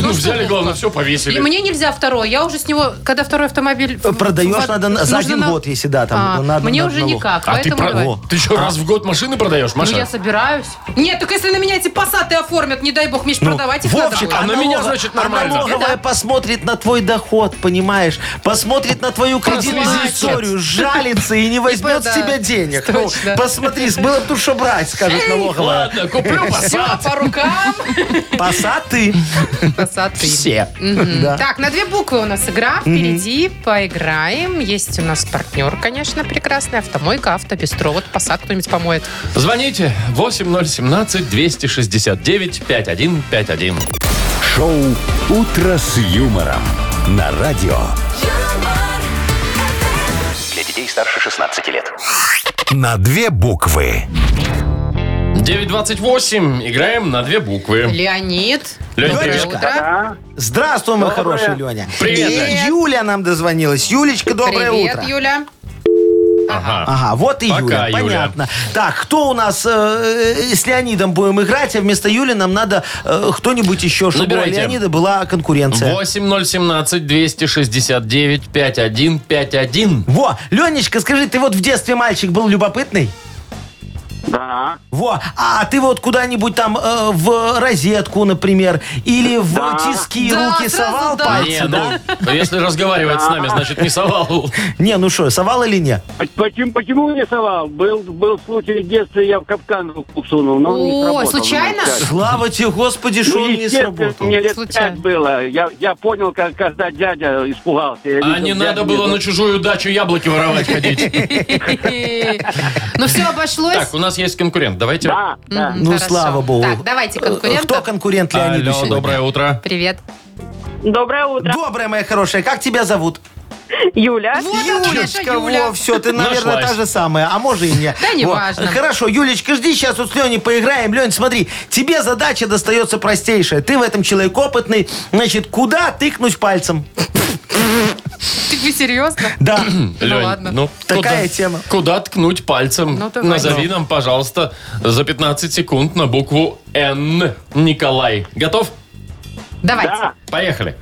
[SPEAKER 2] Ну, взяли, главное, все
[SPEAKER 3] И
[SPEAKER 2] повесили.
[SPEAKER 3] мне нельзя второй. Я уже с него, когда второй автомобиль... в-
[SPEAKER 4] Продаешь
[SPEAKER 3] в-
[SPEAKER 4] надо на- за
[SPEAKER 3] Ну, нужно
[SPEAKER 4] один
[SPEAKER 3] на-
[SPEAKER 4] год, если да, там, ну,
[SPEAKER 3] А,
[SPEAKER 4] на-
[SPEAKER 3] мне
[SPEAKER 4] на-
[SPEAKER 3] уже
[SPEAKER 4] на-
[SPEAKER 3] никак,
[SPEAKER 2] А ты,
[SPEAKER 3] поэтому
[SPEAKER 2] про-
[SPEAKER 3] давай.
[SPEAKER 2] О, ты еще раз в год машины продаешь,
[SPEAKER 3] Ну, я
[SPEAKER 2] Маша?
[SPEAKER 3] собираюсь. Нет, только если на меня эти пассаты оформят, не дай бог, Миш, продавать их
[SPEAKER 4] Ну, Вовчик,
[SPEAKER 3] надо
[SPEAKER 2] а
[SPEAKER 3] будет.
[SPEAKER 2] на
[SPEAKER 4] налога-
[SPEAKER 2] меня, значит, нормально.
[SPEAKER 4] а налоговая посмотрит на твой доход, понимаешь? Посмотрит на твою кредитную
[SPEAKER 2] Прослезится.
[SPEAKER 4] историю, жалится и не возьмет с
[SPEAKER 3] Типа, да,
[SPEAKER 4] тебя денег. Ну,
[SPEAKER 3] точно.
[SPEAKER 4] посмотри, было бы тут что брать, скажет налоговая.
[SPEAKER 2] Ладно, куплю
[SPEAKER 3] Все,
[SPEAKER 2] Passat.
[SPEAKER 3] по рукам.
[SPEAKER 4] Посаты
[SPEAKER 3] Пассаты.
[SPEAKER 4] все. Да.
[SPEAKER 3] Так, на две буквы у нас игра. Впереди поиграем. Есть у нас партнер, конечно, прекрасный. Автомойка, автобестро. Вот посад кто-нибудь помоет.
[SPEAKER 2] Звоните 8017-269-5151.
[SPEAKER 1] Шоу «Утро с юмором» на радио.
[SPEAKER 5] Для детей старше 16 лет.
[SPEAKER 1] На две буквы.
[SPEAKER 2] 928. Играем на две буквы.
[SPEAKER 3] Леонид.
[SPEAKER 2] Лёнь,
[SPEAKER 3] доброе
[SPEAKER 2] привет.
[SPEAKER 3] утро.
[SPEAKER 4] Здравствуй, мой хороший Леня.
[SPEAKER 2] Привет, Лёнь.
[SPEAKER 4] И Юля нам дозвонилась. Юлечка, доброе
[SPEAKER 3] Привет,
[SPEAKER 4] утро. [LAUGHS]
[SPEAKER 3] Юля.
[SPEAKER 2] Ага.
[SPEAKER 4] Ага, вот и
[SPEAKER 2] Пока,
[SPEAKER 4] Юля,
[SPEAKER 2] Юля.
[SPEAKER 4] понятно. Так, кто у нас э, э, с Леонидом будем играть, а вместо Юли нам надо э, кто-нибудь еще, чтобы
[SPEAKER 2] Набирайте.
[SPEAKER 4] у Леонида была конкуренция.
[SPEAKER 2] 8017-269-5151.
[SPEAKER 4] Во, Ленечка, скажи, ты вот в детстве мальчик был любопытный?
[SPEAKER 6] Да.
[SPEAKER 4] Во, а ты вот куда-нибудь там э, в розетку, например, или в
[SPEAKER 6] Да.
[SPEAKER 4] тиски
[SPEAKER 3] Да,
[SPEAKER 4] руки
[SPEAKER 3] сразу
[SPEAKER 4] совал
[SPEAKER 3] да.
[SPEAKER 4] пальцы,
[SPEAKER 2] Не, ну,
[SPEAKER 4] да?
[SPEAKER 2] если разговаривать с нами, значит, не совал.
[SPEAKER 4] Не, ну что, совал или не?
[SPEAKER 6] Почему, почему не совал? Был, был случай в детстве, я в капкан руку сунул, но он не
[SPEAKER 3] О,
[SPEAKER 6] сработал.
[SPEAKER 3] случайно?
[SPEAKER 4] Слава тебе, Господи, что
[SPEAKER 6] Ну,
[SPEAKER 4] он не
[SPEAKER 6] естественно,
[SPEAKER 4] сработал.
[SPEAKER 6] Мне лет
[SPEAKER 3] Случайно.
[SPEAKER 6] пять было. Я, я понял, как, когда дядя испугался. Я
[SPEAKER 2] А
[SPEAKER 6] видел,
[SPEAKER 2] не
[SPEAKER 6] дядя
[SPEAKER 2] надо
[SPEAKER 6] мне
[SPEAKER 2] было на
[SPEAKER 6] говорит,
[SPEAKER 2] чужую дачу яблоки воровать ходить.
[SPEAKER 3] Ну все, обошлось.
[SPEAKER 2] Так, у нас есть конкурент. Давайте.
[SPEAKER 6] Да, да.
[SPEAKER 4] Ну,
[SPEAKER 3] Хорошо.
[SPEAKER 4] слава богу.
[SPEAKER 3] Так, давайте конкурентов.
[SPEAKER 4] Э, Кто конкурент Леониду
[SPEAKER 2] Алло,
[SPEAKER 4] сегодня?
[SPEAKER 2] доброе утро.
[SPEAKER 3] Привет.
[SPEAKER 7] Доброе утро.
[SPEAKER 4] Доброе, моя хорошая, как тебя зовут?
[SPEAKER 7] Юля.
[SPEAKER 3] Вот она, наша Юля.
[SPEAKER 4] все, ты, наверное,
[SPEAKER 2] Нашлась.
[SPEAKER 4] та же самая, а может и не.
[SPEAKER 3] [LAUGHS] Да не
[SPEAKER 4] Во.
[SPEAKER 3] важно.
[SPEAKER 4] Хорошо, Юлечка, жди, сейчас вот с Леней поиграем. Лень, смотри, тебе задача достается простейшая. Ты в этом человек опытный. Значит, куда тыкнуть пальцем?
[SPEAKER 3] Ты вы серьезно?
[SPEAKER 2] [CLEARS THROAT]
[SPEAKER 4] Да.
[SPEAKER 2] Лёнь,
[SPEAKER 3] ладно.
[SPEAKER 2] ну,
[SPEAKER 4] Такая
[SPEAKER 2] куда-
[SPEAKER 4] тема.
[SPEAKER 2] Куда ткнуть пальцем?
[SPEAKER 3] Ну, давай.
[SPEAKER 2] Назови нам, пожалуйста, за 15 секунд на букву Н. Николай. Готов?
[SPEAKER 3] Давайте.
[SPEAKER 6] Да,
[SPEAKER 2] Поехали.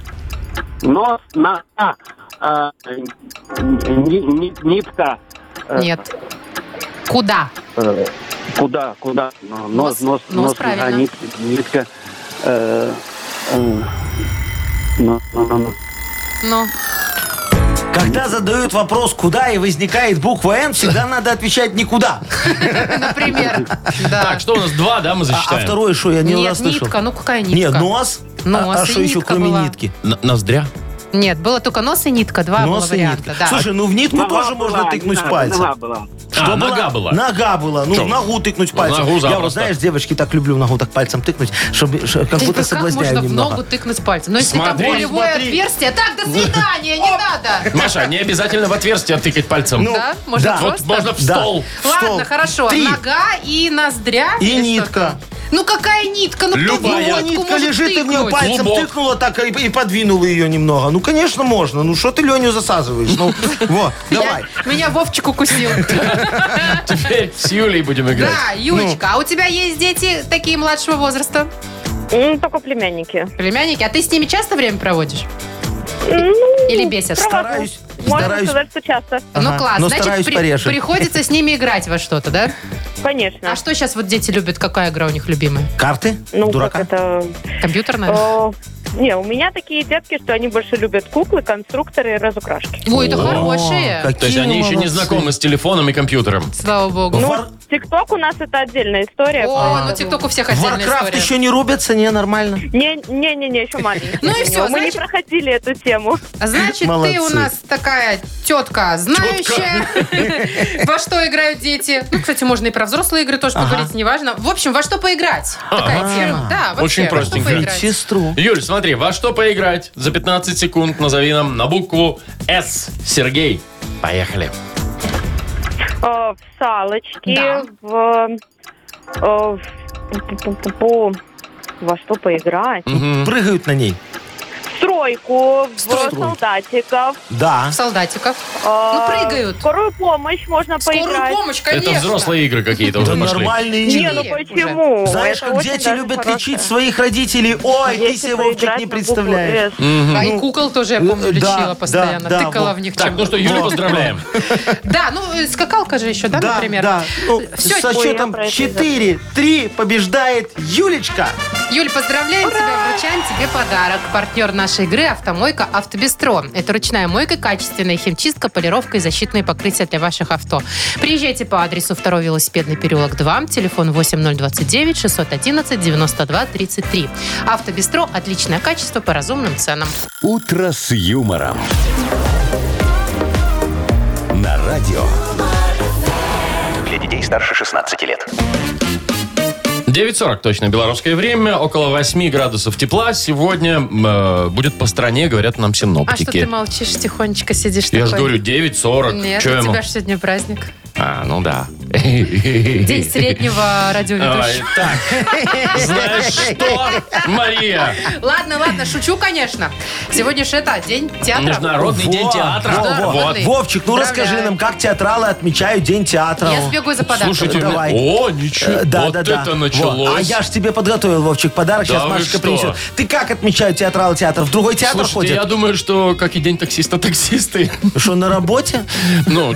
[SPEAKER 6] но на... А, а, ни- ни- нитка. Э,
[SPEAKER 3] Нет. Куда?
[SPEAKER 6] э, Куда, куда? Но-
[SPEAKER 3] Нос,
[SPEAKER 6] Нос, нос,
[SPEAKER 3] нос,
[SPEAKER 6] нос, да,
[SPEAKER 3] правильно.
[SPEAKER 6] нит- нитка. Э, э, ну, ну, ну, ну.
[SPEAKER 3] Ну,
[SPEAKER 4] Когда задают вопрос, куда и возникает буква Н, всегда надо отвечать никуда. [LAUGHS]
[SPEAKER 3] например. Да.
[SPEAKER 2] Так, что у нас? Два, да, мы
[SPEAKER 4] А
[SPEAKER 2] засчитаем?
[SPEAKER 4] второе, что я не
[SPEAKER 3] Нет,
[SPEAKER 4] расслышал.
[SPEAKER 3] нитка. Ну, какая нитка?
[SPEAKER 4] Нет, нос.
[SPEAKER 3] Нос
[SPEAKER 4] а
[SPEAKER 3] и
[SPEAKER 4] что еще,
[SPEAKER 3] нитка
[SPEAKER 4] кроме
[SPEAKER 3] была.
[SPEAKER 4] нитки?
[SPEAKER 2] Н- Ноздря?
[SPEAKER 3] Нет, было только нос и нитка. Два было
[SPEAKER 4] Нос и
[SPEAKER 3] варианта.
[SPEAKER 4] нитка.
[SPEAKER 3] Да.
[SPEAKER 4] Ну, а Слушай, ну в нитку
[SPEAKER 6] Нога
[SPEAKER 4] тоже можно
[SPEAKER 6] была,
[SPEAKER 4] тыкнуть
[SPEAKER 6] не надо,
[SPEAKER 4] пальцем.
[SPEAKER 6] нога была.
[SPEAKER 2] А, нога была.
[SPEAKER 4] Нога была. Ну,
[SPEAKER 2] Чё?
[SPEAKER 4] в ногу тыкнуть пальцем.
[SPEAKER 2] ногу
[SPEAKER 4] Я
[SPEAKER 2] запросто.
[SPEAKER 4] вот, знаешь, девочки так люблю в ногу так пальцем тыкнуть, чтобы ш- как
[SPEAKER 3] Ты
[SPEAKER 4] будто
[SPEAKER 3] Типа, как можно
[SPEAKER 4] соблазняю
[SPEAKER 3] в ногу
[SPEAKER 4] немного.
[SPEAKER 3] тыкнуть пальцем? Ну, если
[SPEAKER 2] Смотри,
[SPEAKER 3] там болевое
[SPEAKER 4] смотри.
[SPEAKER 3] отверстие. Так, до свидания, не надо.
[SPEAKER 2] Маша, не обязательно в отверстие тыкать пальцем.
[SPEAKER 3] Да? Можно
[SPEAKER 4] да.
[SPEAKER 2] вот
[SPEAKER 3] просто?
[SPEAKER 2] можно в
[SPEAKER 4] Да.
[SPEAKER 2] стол.
[SPEAKER 3] Ладно,
[SPEAKER 4] Стол.
[SPEAKER 3] хорошо.
[SPEAKER 4] Три.
[SPEAKER 3] Нога и ноздря.
[SPEAKER 4] И
[SPEAKER 3] или что
[SPEAKER 4] нитка.
[SPEAKER 3] там? Ну какая нитка? Ну
[SPEAKER 2] Любая.
[SPEAKER 3] кто в
[SPEAKER 4] Ну,
[SPEAKER 3] нитку
[SPEAKER 4] нитка
[SPEAKER 3] может
[SPEAKER 4] лежит, и в нее
[SPEAKER 3] тыкнуть?
[SPEAKER 4] пальцем
[SPEAKER 2] Клубок.
[SPEAKER 4] тыкнула так и, и подвинула ее немного. Ну, конечно, можно. Ну, что ты Леню засазываешь?
[SPEAKER 3] [LAUGHS]
[SPEAKER 4] Ну, вот, давай.
[SPEAKER 3] Меня
[SPEAKER 2] [LAUGHS]
[SPEAKER 3] Вовчик укусил.
[SPEAKER 2] Теперь с Юлей будем играть.
[SPEAKER 3] Да,
[SPEAKER 4] Ну.
[SPEAKER 3] Юлечка, а у тебя есть дети такие младшего возраста?
[SPEAKER 7] М, Только племянники.
[SPEAKER 3] Племянники, а ты с ними часто время проводишь?
[SPEAKER 7] Ну,
[SPEAKER 3] Или бесят?
[SPEAKER 4] Стараюсь,
[SPEAKER 7] Можно
[SPEAKER 4] стараюсь.
[SPEAKER 7] сказать, что часто.
[SPEAKER 3] ну
[SPEAKER 4] Ага,
[SPEAKER 3] класс,
[SPEAKER 4] но
[SPEAKER 3] значит
[SPEAKER 4] стараюсь пореже.
[SPEAKER 3] приходится с ними играть во что-то, да?
[SPEAKER 7] Конечно.
[SPEAKER 3] А что сейчас вот дети любят? Какая игра у них любимая?
[SPEAKER 4] Карты?
[SPEAKER 7] Ну,
[SPEAKER 4] Дурака?
[SPEAKER 7] как это...
[SPEAKER 3] Компьютерная?
[SPEAKER 7] э, Не, у меня такие детки, что они больше любят куклы, конструкторы и разукрашки.
[SPEAKER 3] Ой, это
[SPEAKER 2] О,
[SPEAKER 3] хорошие.
[SPEAKER 4] как-
[SPEAKER 2] То есть они еще не
[SPEAKER 4] молодцы.
[SPEAKER 2] знакомы с телефоном и компьютером.
[SPEAKER 3] Слава богу.
[SPEAKER 7] Ну,
[SPEAKER 4] Вар-
[SPEAKER 7] ТикТок у нас это отдельная история.
[SPEAKER 3] О, ну ТикТок у всех отдельная
[SPEAKER 4] Варкрафт
[SPEAKER 3] история.
[SPEAKER 4] еще не рубится, не, нормально.
[SPEAKER 7] Не-не-не,
[SPEAKER 3] [LAUGHS]
[SPEAKER 7] еще маленький.
[SPEAKER 3] Ну и всё,
[SPEAKER 7] Мы не
[SPEAKER 3] значит-
[SPEAKER 7] проходили эту тему.
[SPEAKER 3] А Значит, ты
[SPEAKER 4] Молодцы.
[SPEAKER 3] у нас такая тетка, знающая, [LAUGHS] во что играют дети. Ну, кстати, можно и про взрослые игры тоже поговорить, неважно. В общем, во что поиграть. Такая
[SPEAKER 2] Ага.
[SPEAKER 3] тема. Да, вообще,
[SPEAKER 2] Очень
[SPEAKER 3] во что
[SPEAKER 2] простенько.
[SPEAKER 3] поиграть?
[SPEAKER 4] Сестру.
[SPEAKER 2] Юль, смотри, во что поиграть? За 15 секунд назови нам на букву С. Сергей, поехали.
[SPEAKER 7] Э, В салочки,
[SPEAKER 3] Да.
[SPEAKER 7] в... э, в- пу-пу-пу-пу. Во что поиграть?
[SPEAKER 2] Мгм.
[SPEAKER 4] Прыгают на ней.
[SPEAKER 7] В Стройку, в
[SPEAKER 3] Стройку.
[SPEAKER 7] солдатиков.
[SPEAKER 4] Да.
[SPEAKER 3] В солдатиков.
[SPEAKER 7] э,
[SPEAKER 3] Ну, прыгают.
[SPEAKER 7] в Скорую помощь можно
[SPEAKER 3] Скорую
[SPEAKER 7] поиграть.
[SPEAKER 3] помощь, конечно.
[SPEAKER 2] Это взрослые игры какие-то
[SPEAKER 4] Да
[SPEAKER 2] уже пошли.
[SPEAKER 4] нормальные
[SPEAKER 7] Не,
[SPEAKER 4] игры.
[SPEAKER 7] ну
[SPEAKER 3] Уже.
[SPEAKER 7] почему?
[SPEAKER 4] Знаешь,
[SPEAKER 7] Это
[SPEAKER 4] как
[SPEAKER 7] очень
[SPEAKER 4] дети
[SPEAKER 7] даже
[SPEAKER 4] любят
[SPEAKER 7] хорошая.
[SPEAKER 4] лечить своих родителей. Ой, ты
[SPEAKER 7] Если
[SPEAKER 4] себе, Вовчик,
[SPEAKER 7] поиграть «Э».
[SPEAKER 4] не
[SPEAKER 7] на букву
[SPEAKER 4] представляешь.
[SPEAKER 7] «С».
[SPEAKER 3] А и кукол тоже, я помню,
[SPEAKER 4] Э, да,
[SPEAKER 3] лечила
[SPEAKER 4] да,
[SPEAKER 3] постоянно.
[SPEAKER 4] да,
[SPEAKER 3] Тыкала
[SPEAKER 4] вот.
[SPEAKER 3] в них
[SPEAKER 2] Так,
[SPEAKER 3] чем.
[SPEAKER 2] ну что, Юлю поздравляем.
[SPEAKER 3] Да, ну э, скакалка же еще, да,
[SPEAKER 4] Да,
[SPEAKER 3] например?
[SPEAKER 4] да. Ну,
[SPEAKER 3] Всё,
[SPEAKER 4] со
[SPEAKER 3] ой,
[SPEAKER 4] счетом
[SPEAKER 7] про это
[SPEAKER 4] 4-3 побеждает Юлечка.
[SPEAKER 3] Юль, поздравляем тебя, вручаем тебе подарок. Партнер нашей игры – автомойка «Автобестро». Это ручная мойка, качественная химчистка, полировка и защитные покрытия для ваших авто. Приезжайте по адресу 2 велосипедный переулок 2, телефон 8029-611-92-33. «Автобестро» – отличное качество по разумным ценам.
[SPEAKER 1] «Утро с юмором». На радио.
[SPEAKER 5] Для детей старше 16 лет.
[SPEAKER 2] 9.40 точно белорусское время, около 8 градусов тепла. Сегодня э, будет по стране, говорят нам
[SPEAKER 3] А что
[SPEAKER 2] синоптики.
[SPEAKER 3] ты молчишь, тихонечко сидишь
[SPEAKER 2] Я же
[SPEAKER 3] такой?
[SPEAKER 2] говорю, 9.40.
[SPEAKER 3] Нет,
[SPEAKER 2] Чё
[SPEAKER 3] у
[SPEAKER 2] ему?
[SPEAKER 3] тебя же сегодня праздник.
[SPEAKER 2] А, ну да. [LAUGHS]
[SPEAKER 3] День среднего
[SPEAKER 2] Ай,
[SPEAKER 3] радиоведущего.
[SPEAKER 2] Так, знаешь что, Мария?
[SPEAKER 3] Ладно, ладно, шучу, конечно. Сегодня же это день театра.
[SPEAKER 2] Международный день
[SPEAKER 4] Во,
[SPEAKER 2] театра.
[SPEAKER 4] во, во.
[SPEAKER 3] Народный.
[SPEAKER 4] Вовчик, ну
[SPEAKER 3] Поздравляю.
[SPEAKER 4] расскажи нам, как театралы отмечают День театра.
[SPEAKER 3] Я сбегаю за подарком.
[SPEAKER 2] Слушайте,
[SPEAKER 4] Давай.
[SPEAKER 2] о, ничего,
[SPEAKER 4] Э, Да,
[SPEAKER 2] вот
[SPEAKER 4] да, да.
[SPEAKER 2] это
[SPEAKER 4] Во. А
[SPEAKER 2] началось.
[SPEAKER 4] я ж тебе подготовил, Вовчик, подарок.
[SPEAKER 2] Да
[SPEAKER 4] Сейчас
[SPEAKER 2] вы
[SPEAKER 4] Машечка
[SPEAKER 2] что?
[SPEAKER 4] принесет. Ты как отмечают театралы театр? В другой театр
[SPEAKER 2] Слушайте, я
[SPEAKER 4] ходят?
[SPEAKER 2] думаю, что как и день таксиста [LAUGHS] таксисты.
[SPEAKER 4] Что, на работе?
[SPEAKER 2] Ну,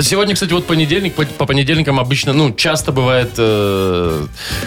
[SPEAKER 2] сегодня, кстати, вот понедельник, по, по понедельникам обычно, ну, часто бывает э,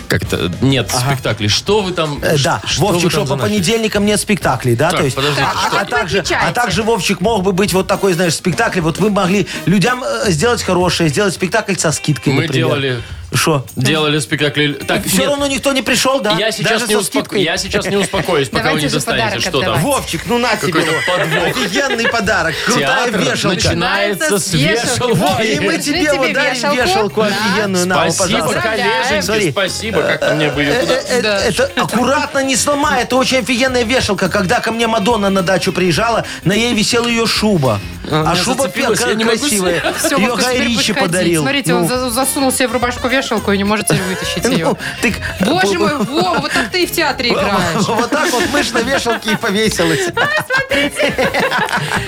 [SPEAKER 2] как-то нет спектаклей. Что вы там?
[SPEAKER 4] Э,
[SPEAKER 2] ш-
[SPEAKER 4] Да,
[SPEAKER 2] что вы
[SPEAKER 4] Вовчик, что
[SPEAKER 2] там
[SPEAKER 4] по
[SPEAKER 2] заначили?
[SPEAKER 4] понедельникам нет спектаклей, да?
[SPEAKER 2] Так,
[SPEAKER 4] То есть,
[SPEAKER 2] подождите,
[SPEAKER 4] а,
[SPEAKER 2] что?
[SPEAKER 4] а также,
[SPEAKER 3] Отмечаете.
[SPEAKER 4] а также, Вовчик, мог бы быть вот такой, знаешь, спектакль. Вот вы могли людям э, сделать хорошее, сделать спектакль со скидкой,
[SPEAKER 2] Мы
[SPEAKER 4] например.
[SPEAKER 2] делали-
[SPEAKER 4] Что?
[SPEAKER 2] Делали спектакли. Так,
[SPEAKER 4] Все
[SPEAKER 2] нет,
[SPEAKER 4] равно никто не пришел, да?
[SPEAKER 2] я сейчас
[SPEAKER 4] Даже
[SPEAKER 2] не
[SPEAKER 4] со
[SPEAKER 2] успоко-
[SPEAKER 4] скидкой.
[SPEAKER 2] я сейчас не успокоюсь, пока вы
[SPEAKER 3] Давайте
[SPEAKER 2] не
[SPEAKER 3] же
[SPEAKER 2] достанете,
[SPEAKER 3] подарок
[SPEAKER 2] что там.
[SPEAKER 3] отдавать.
[SPEAKER 4] Вовчик, ну на тебе.
[SPEAKER 2] Какой-то
[SPEAKER 4] вот.
[SPEAKER 2] подвох.
[SPEAKER 4] Офигенный подарок. Крутая
[SPEAKER 2] Театр
[SPEAKER 4] вешалка.
[SPEAKER 2] начинается с вешалки.
[SPEAKER 4] Во, и мы
[SPEAKER 3] Держи
[SPEAKER 4] тебе
[SPEAKER 3] тебе
[SPEAKER 4] вот дарим
[SPEAKER 3] вешалку.
[SPEAKER 4] вешалку
[SPEAKER 3] Да.
[SPEAKER 4] офигенную. На, вот,
[SPEAKER 2] Спасибо,
[SPEAKER 4] пожалуйста.
[SPEAKER 2] коллеженьки,
[SPEAKER 4] Смотри.
[SPEAKER 2] спасибо, как-то мне бы ее
[SPEAKER 4] Э,
[SPEAKER 2] туда...
[SPEAKER 4] э, э,
[SPEAKER 3] Да.
[SPEAKER 4] Это аккуратно не сломай. Это очень офигенная вешалка. Когда ко мне Мадонна на дачу приезжала, на ей висела ее шуба.
[SPEAKER 2] меня
[SPEAKER 4] А шуба
[SPEAKER 2] зацепилось, я
[SPEAKER 4] пе-
[SPEAKER 2] не могу
[SPEAKER 4] красивая.
[SPEAKER 3] Все,
[SPEAKER 4] Ее Гай Ричи подарил.
[SPEAKER 3] Смотрите,
[SPEAKER 4] Ну,
[SPEAKER 3] он за- засунул себе в рубашку вешалку и не может теперь вытащить ее.
[SPEAKER 4] [LAUGHS] ну, так-
[SPEAKER 3] Боже мой, Вова, вот так ты и в театре играешь.
[SPEAKER 4] Вот так вот мышь на вешалке и повесилась.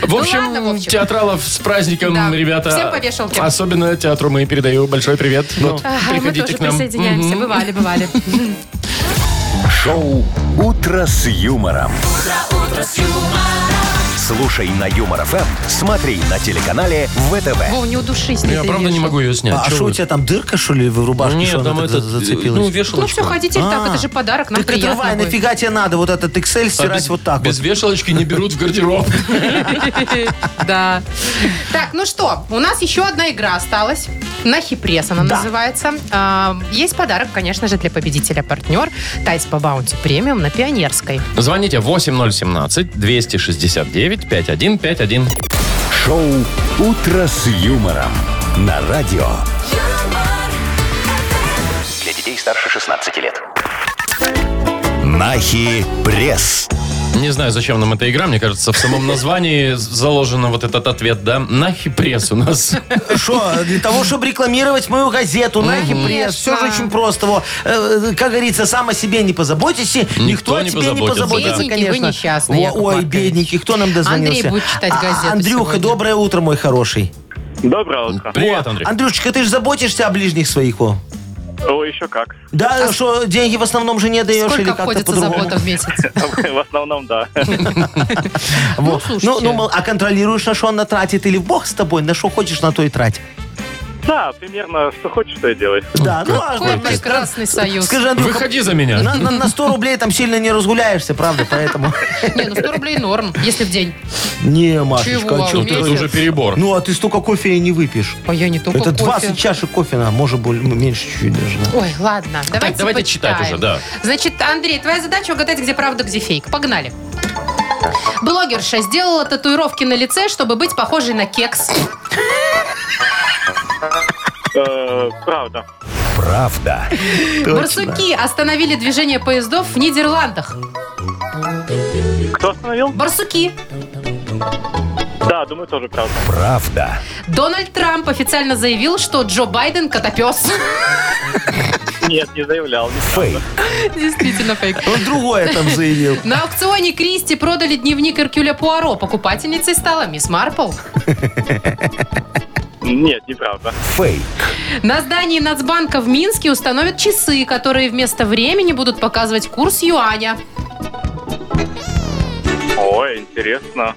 [SPEAKER 2] В общем,
[SPEAKER 3] ладно, Вовчик.
[SPEAKER 2] театралов с праздником,
[SPEAKER 3] Да.
[SPEAKER 2] ребята.
[SPEAKER 3] Всем по вешалке.
[SPEAKER 2] Особенно театру мы передаю большой привет. Вот,
[SPEAKER 3] А, Мы
[SPEAKER 2] приходите
[SPEAKER 3] тоже
[SPEAKER 2] к нам.
[SPEAKER 3] присоединяемся. Бывали, [LAUGHS] бывали.
[SPEAKER 1] Шоу «Утро с юмором». Слушай на Юмор ФМ, смотри на телеканале ВТВ.
[SPEAKER 3] Вов, не удушись.
[SPEAKER 2] Я правда не могу ее снять.
[SPEAKER 4] А
[SPEAKER 2] Чё
[SPEAKER 4] что у
[SPEAKER 2] вы?
[SPEAKER 4] тебя там дырка, что ли, в рубашке?
[SPEAKER 2] Нет,
[SPEAKER 4] что
[SPEAKER 2] там
[SPEAKER 4] она так
[SPEAKER 2] это,
[SPEAKER 4] за-
[SPEAKER 2] ну,
[SPEAKER 4] зацепилась?
[SPEAKER 2] вешалочка.
[SPEAKER 3] Ну все, ходите так,
[SPEAKER 4] А.
[SPEAKER 3] это же подарок, нам
[SPEAKER 4] Так отрывай,
[SPEAKER 3] приятно будет.
[SPEAKER 4] нафига тебе надо вот этот Excel
[SPEAKER 2] А
[SPEAKER 4] стирать
[SPEAKER 2] без-
[SPEAKER 4] вот так вот?
[SPEAKER 2] Без вешалочки не берут в гардероб.
[SPEAKER 3] Да. Так, ну что, у нас еще одна игра осталась. На хипресс она
[SPEAKER 4] Да.
[SPEAKER 3] называется. А, Есть подарок, конечно же, для победителя партнер. Тайс по баунти премиум на Пионерской.
[SPEAKER 2] Звоните 8017-269-5151.
[SPEAKER 1] Шоу «Утро с юмором» на радио.
[SPEAKER 5] Для детей старше 16 лет.
[SPEAKER 1] Нахи пресс.
[SPEAKER 2] Не знаю, зачем нам эта игра. Мне кажется, в самом названии заложено вот этот ответ, да? Нахи пресс у нас.
[SPEAKER 4] Что, для того, чтобы рекламировать мою газету, нахи пресс, все же очень просто. Во. Э, Как говорится, сам о себе не позаботишься, никто,
[SPEAKER 2] Никто
[SPEAKER 4] о
[SPEAKER 2] не
[SPEAKER 4] тебе не
[SPEAKER 2] позаботится,
[SPEAKER 4] позаботится,
[SPEAKER 3] да. Бедненький
[SPEAKER 4] конечно.
[SPEAKER 3] вы несчастный,
[SPEAKER 4] Во,
[SPEAKER 3] Яков
[SPEAKER 4] ой,
[SPEAKER 3] Маркович.
[SPEAKER 4] бедненький, кто нам дозвонился? А,
[SPEAKER 3] Андрей будет читать газету
[SPEAKER 4] Андрюха,
[SPEAKER 3] сегодня.
[SPEAKER 4] доброе утро, мой хороший.
[SPEAKER 6] Доброе утро.
[SPEAKER 2] Привет, Андрей.
[SPEAKER 4] Андрюшечка, ты же заботишься о ближних своих, во.
[SPEAKER 6] О, еще как.
[SPEAKER 4] Да, что, деньги в основном жене даешь или
[SPEAKER 3] А Сколько
[SPEAKER 4] как-то
[SPEAKER 3] обходится
[SPEAKER 4] по-другому?
[SPEAKER 3] забота в месяц?
[SPEAKER 6] В основном, да.
[SPEAKER 4] Во.
[SPEAKER 3] Ну, слушайте.
[SPEAKER 4] ну, ну, мол, а контролируешь, на что она тратит, или бог с тобой, на что хочешь, на то и трать.
[SPEAKER 6] Да, примерно, что хочешь, что и делай.
[SPEAKER 4] Да, ну а
[SPEAKER 3] Какой
[SPEAKER 4] вот,
[SPEAKER 3] прекрасный союз.
[SPEAKER 4] Скажи, Андрюха,
[SPEAKER 2] Выходи за меня.
[SPEAKER 4] на, на- на 100 рублей там сильно не разгуляешься, правда, поэтому...
[SPEAKER 3] Не, ну 100 рублей норм, если в день.
[SPEAKER 4] [LAUGHS] Не, Машечка,
[SPEAKER 3] Чего?
[SPEAKER 4] а чё
[SPEAKER 2] Ну,
[SPEAKER 3] Месяц.
[SPEAKER 2] это уже перебор.
[SPEAKER 4] Ну, а ты столько кофе и не выпьешь.
[SPEAKER 3] Ой, я не только
[SPEAKER 4] Это
[SPEAKER 3] Ну, кофе.
[SPEAKER 4] 20 чашек кофе, на, может, боль- ну, меньше чуть-чуть даже. да.
[SPEAKER 3] Ой, ладно, давайте
[SPEAKER 2] давайте
[SPEAKER 3] почитаем.
[SPEAKER 2] читать уже, да.
[SPEAKER 3] Значит, Андрей, твоя задача угадать, где правда, где фейк. Погнали. Блогерша сделала татуировки на лице, чтобы быть похожей на кекс.
[SPEAKER 6] Э, правда.
[SPEAKER 1] Правда.
[SPEAKER 3] Барсуки остановили движение поездов в Нидерландах.
[SPEAKER 6] Кто остановил?
[SPEAKER 3] Барсуки.
[SPEAKER 6] Да, думаю, тоже правда.
[SPEAKER 1] Правда.
[SPEAKER 3] Дональд Трамп официально заявил, что Джо Байден котопес.
[SPEAKER 6] Нет, не заявлял. Не
[SPEAKER 1] Фейк.
[SPEAKER 3] [LAUGHS] Действительно фейк.
[SPEAKER 4] Он другое там
[SPEAKER 3] [LAUGHS]
[SPEAKER 4] заявил.
[SPEAKER 3] На аукционе Кристи продали дневник Эркюля Пуаро. Покупательницей стала мисс Марпл.
[SPEAKER 6] Нет, неправда.
[SPEAKER 1] Фейк.
[SPEAKER 3] На здании Нацбанка в Минске установят часы, которые вместо времени будут показывать курс юаня.
[SPEAKER 6] Ой, интересно.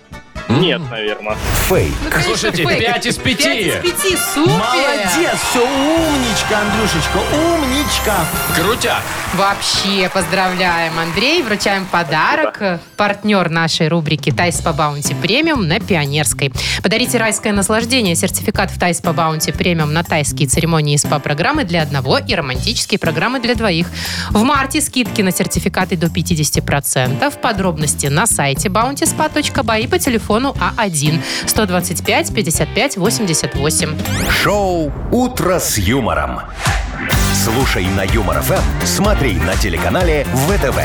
[SPEAKER 6] Нет, наверное.
[SPEAKER 1] Фейк.
[SPEAKER 3] Ну, конечно,
[SPEAKER 2] Слушайте,
[SPEAKER 3] фейк.
[SPEAKER 2] пять из пяти.
[SPEAKER 3] Пять из пяти, супер!
[SPEAKER 4] Молодец, все, умничка, Андрюшечка, умничка.
[SPEAKER 2] Крутяк.
[SPEAKER 3] Вообще поздравляем, Андрей. Вручаем подарок. Партнер нашей рубрики «Тайс по баунти премиум» на Пионерской. Подарите райское наслаждение. Сертификат в «Тайс по баунти премиум» на тайские церемонии и СПА-программы для одного и романтические программы для двоих. В марте скидки на сертификаты до 50%. Подробности на сайте bountyspa.by и по телефону А А1 125 55 88.
[SPEAKER 1] Шоу «Утро с юмором». Слушай на Юмор ФМ, смотри на телеканале ВТВ.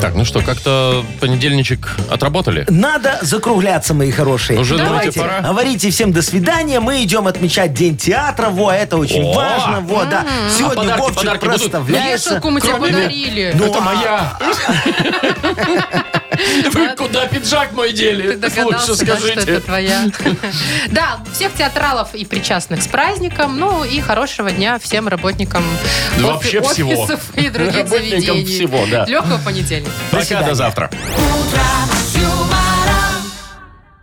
[SPEAKER 2] Так, ну что, как-то понедельничек отработали?
[SPEAKER 4] Надо закругляться, мои хорошие.
[SPEAKER 2] Уже
[SPEAKER 4] Давайте,
[SPEAKER 2] давайте пора.
[SPEAKER 4] говорите всем до свидания. Мы идем отмечать День театра. Во, это очень
[SPEAKER 2] О!
[SPEAKER 4] важно. Во, да. Сегодня
[SPEAKER 2] А подарки-
[SPEAKER 4] Вовчик
[SPEAKER 2] подарки будут?
[SPEAKER 4] проставляется.
[SPEAKER 3] Вешалку мы тебе
[SPEAKER 2] Кроме меня.
[SPEAKER 3] подарили.
[SPEAKER 4] Ну,
[SPEAKER 2] Это
[SPEAKER 3] [LAUGHS]
[SPEAKER 4] а-
[SPEAKER 2] моя. Вы куда пиджак мой дели?
[SPEAKER 3] Ты догадался,
[SPEAKER 2] Лучше
[SPEAKER 3] да, что это
[SPEAKER 2] скажите.
[SPEAKER 3] твоя. [LAUGHS] Да, всех театралов и причастных с праздником. Ну и хорошего дня всем работникам
[SPEAKER 2] Да
[SPEAKER 3] офи-
[SPEAKER 2] вообще всего.
[SPEAKER 3] офисов и других
[SPEAKER 2] Работникам
[SPEAKER 3] заведений.
[SPEAKER 2] всего, да.
[SPEAKER 3] Легкого понедельника.
[SPEAKER 2] Пока, до завтра.
[SPEAKER 8] утро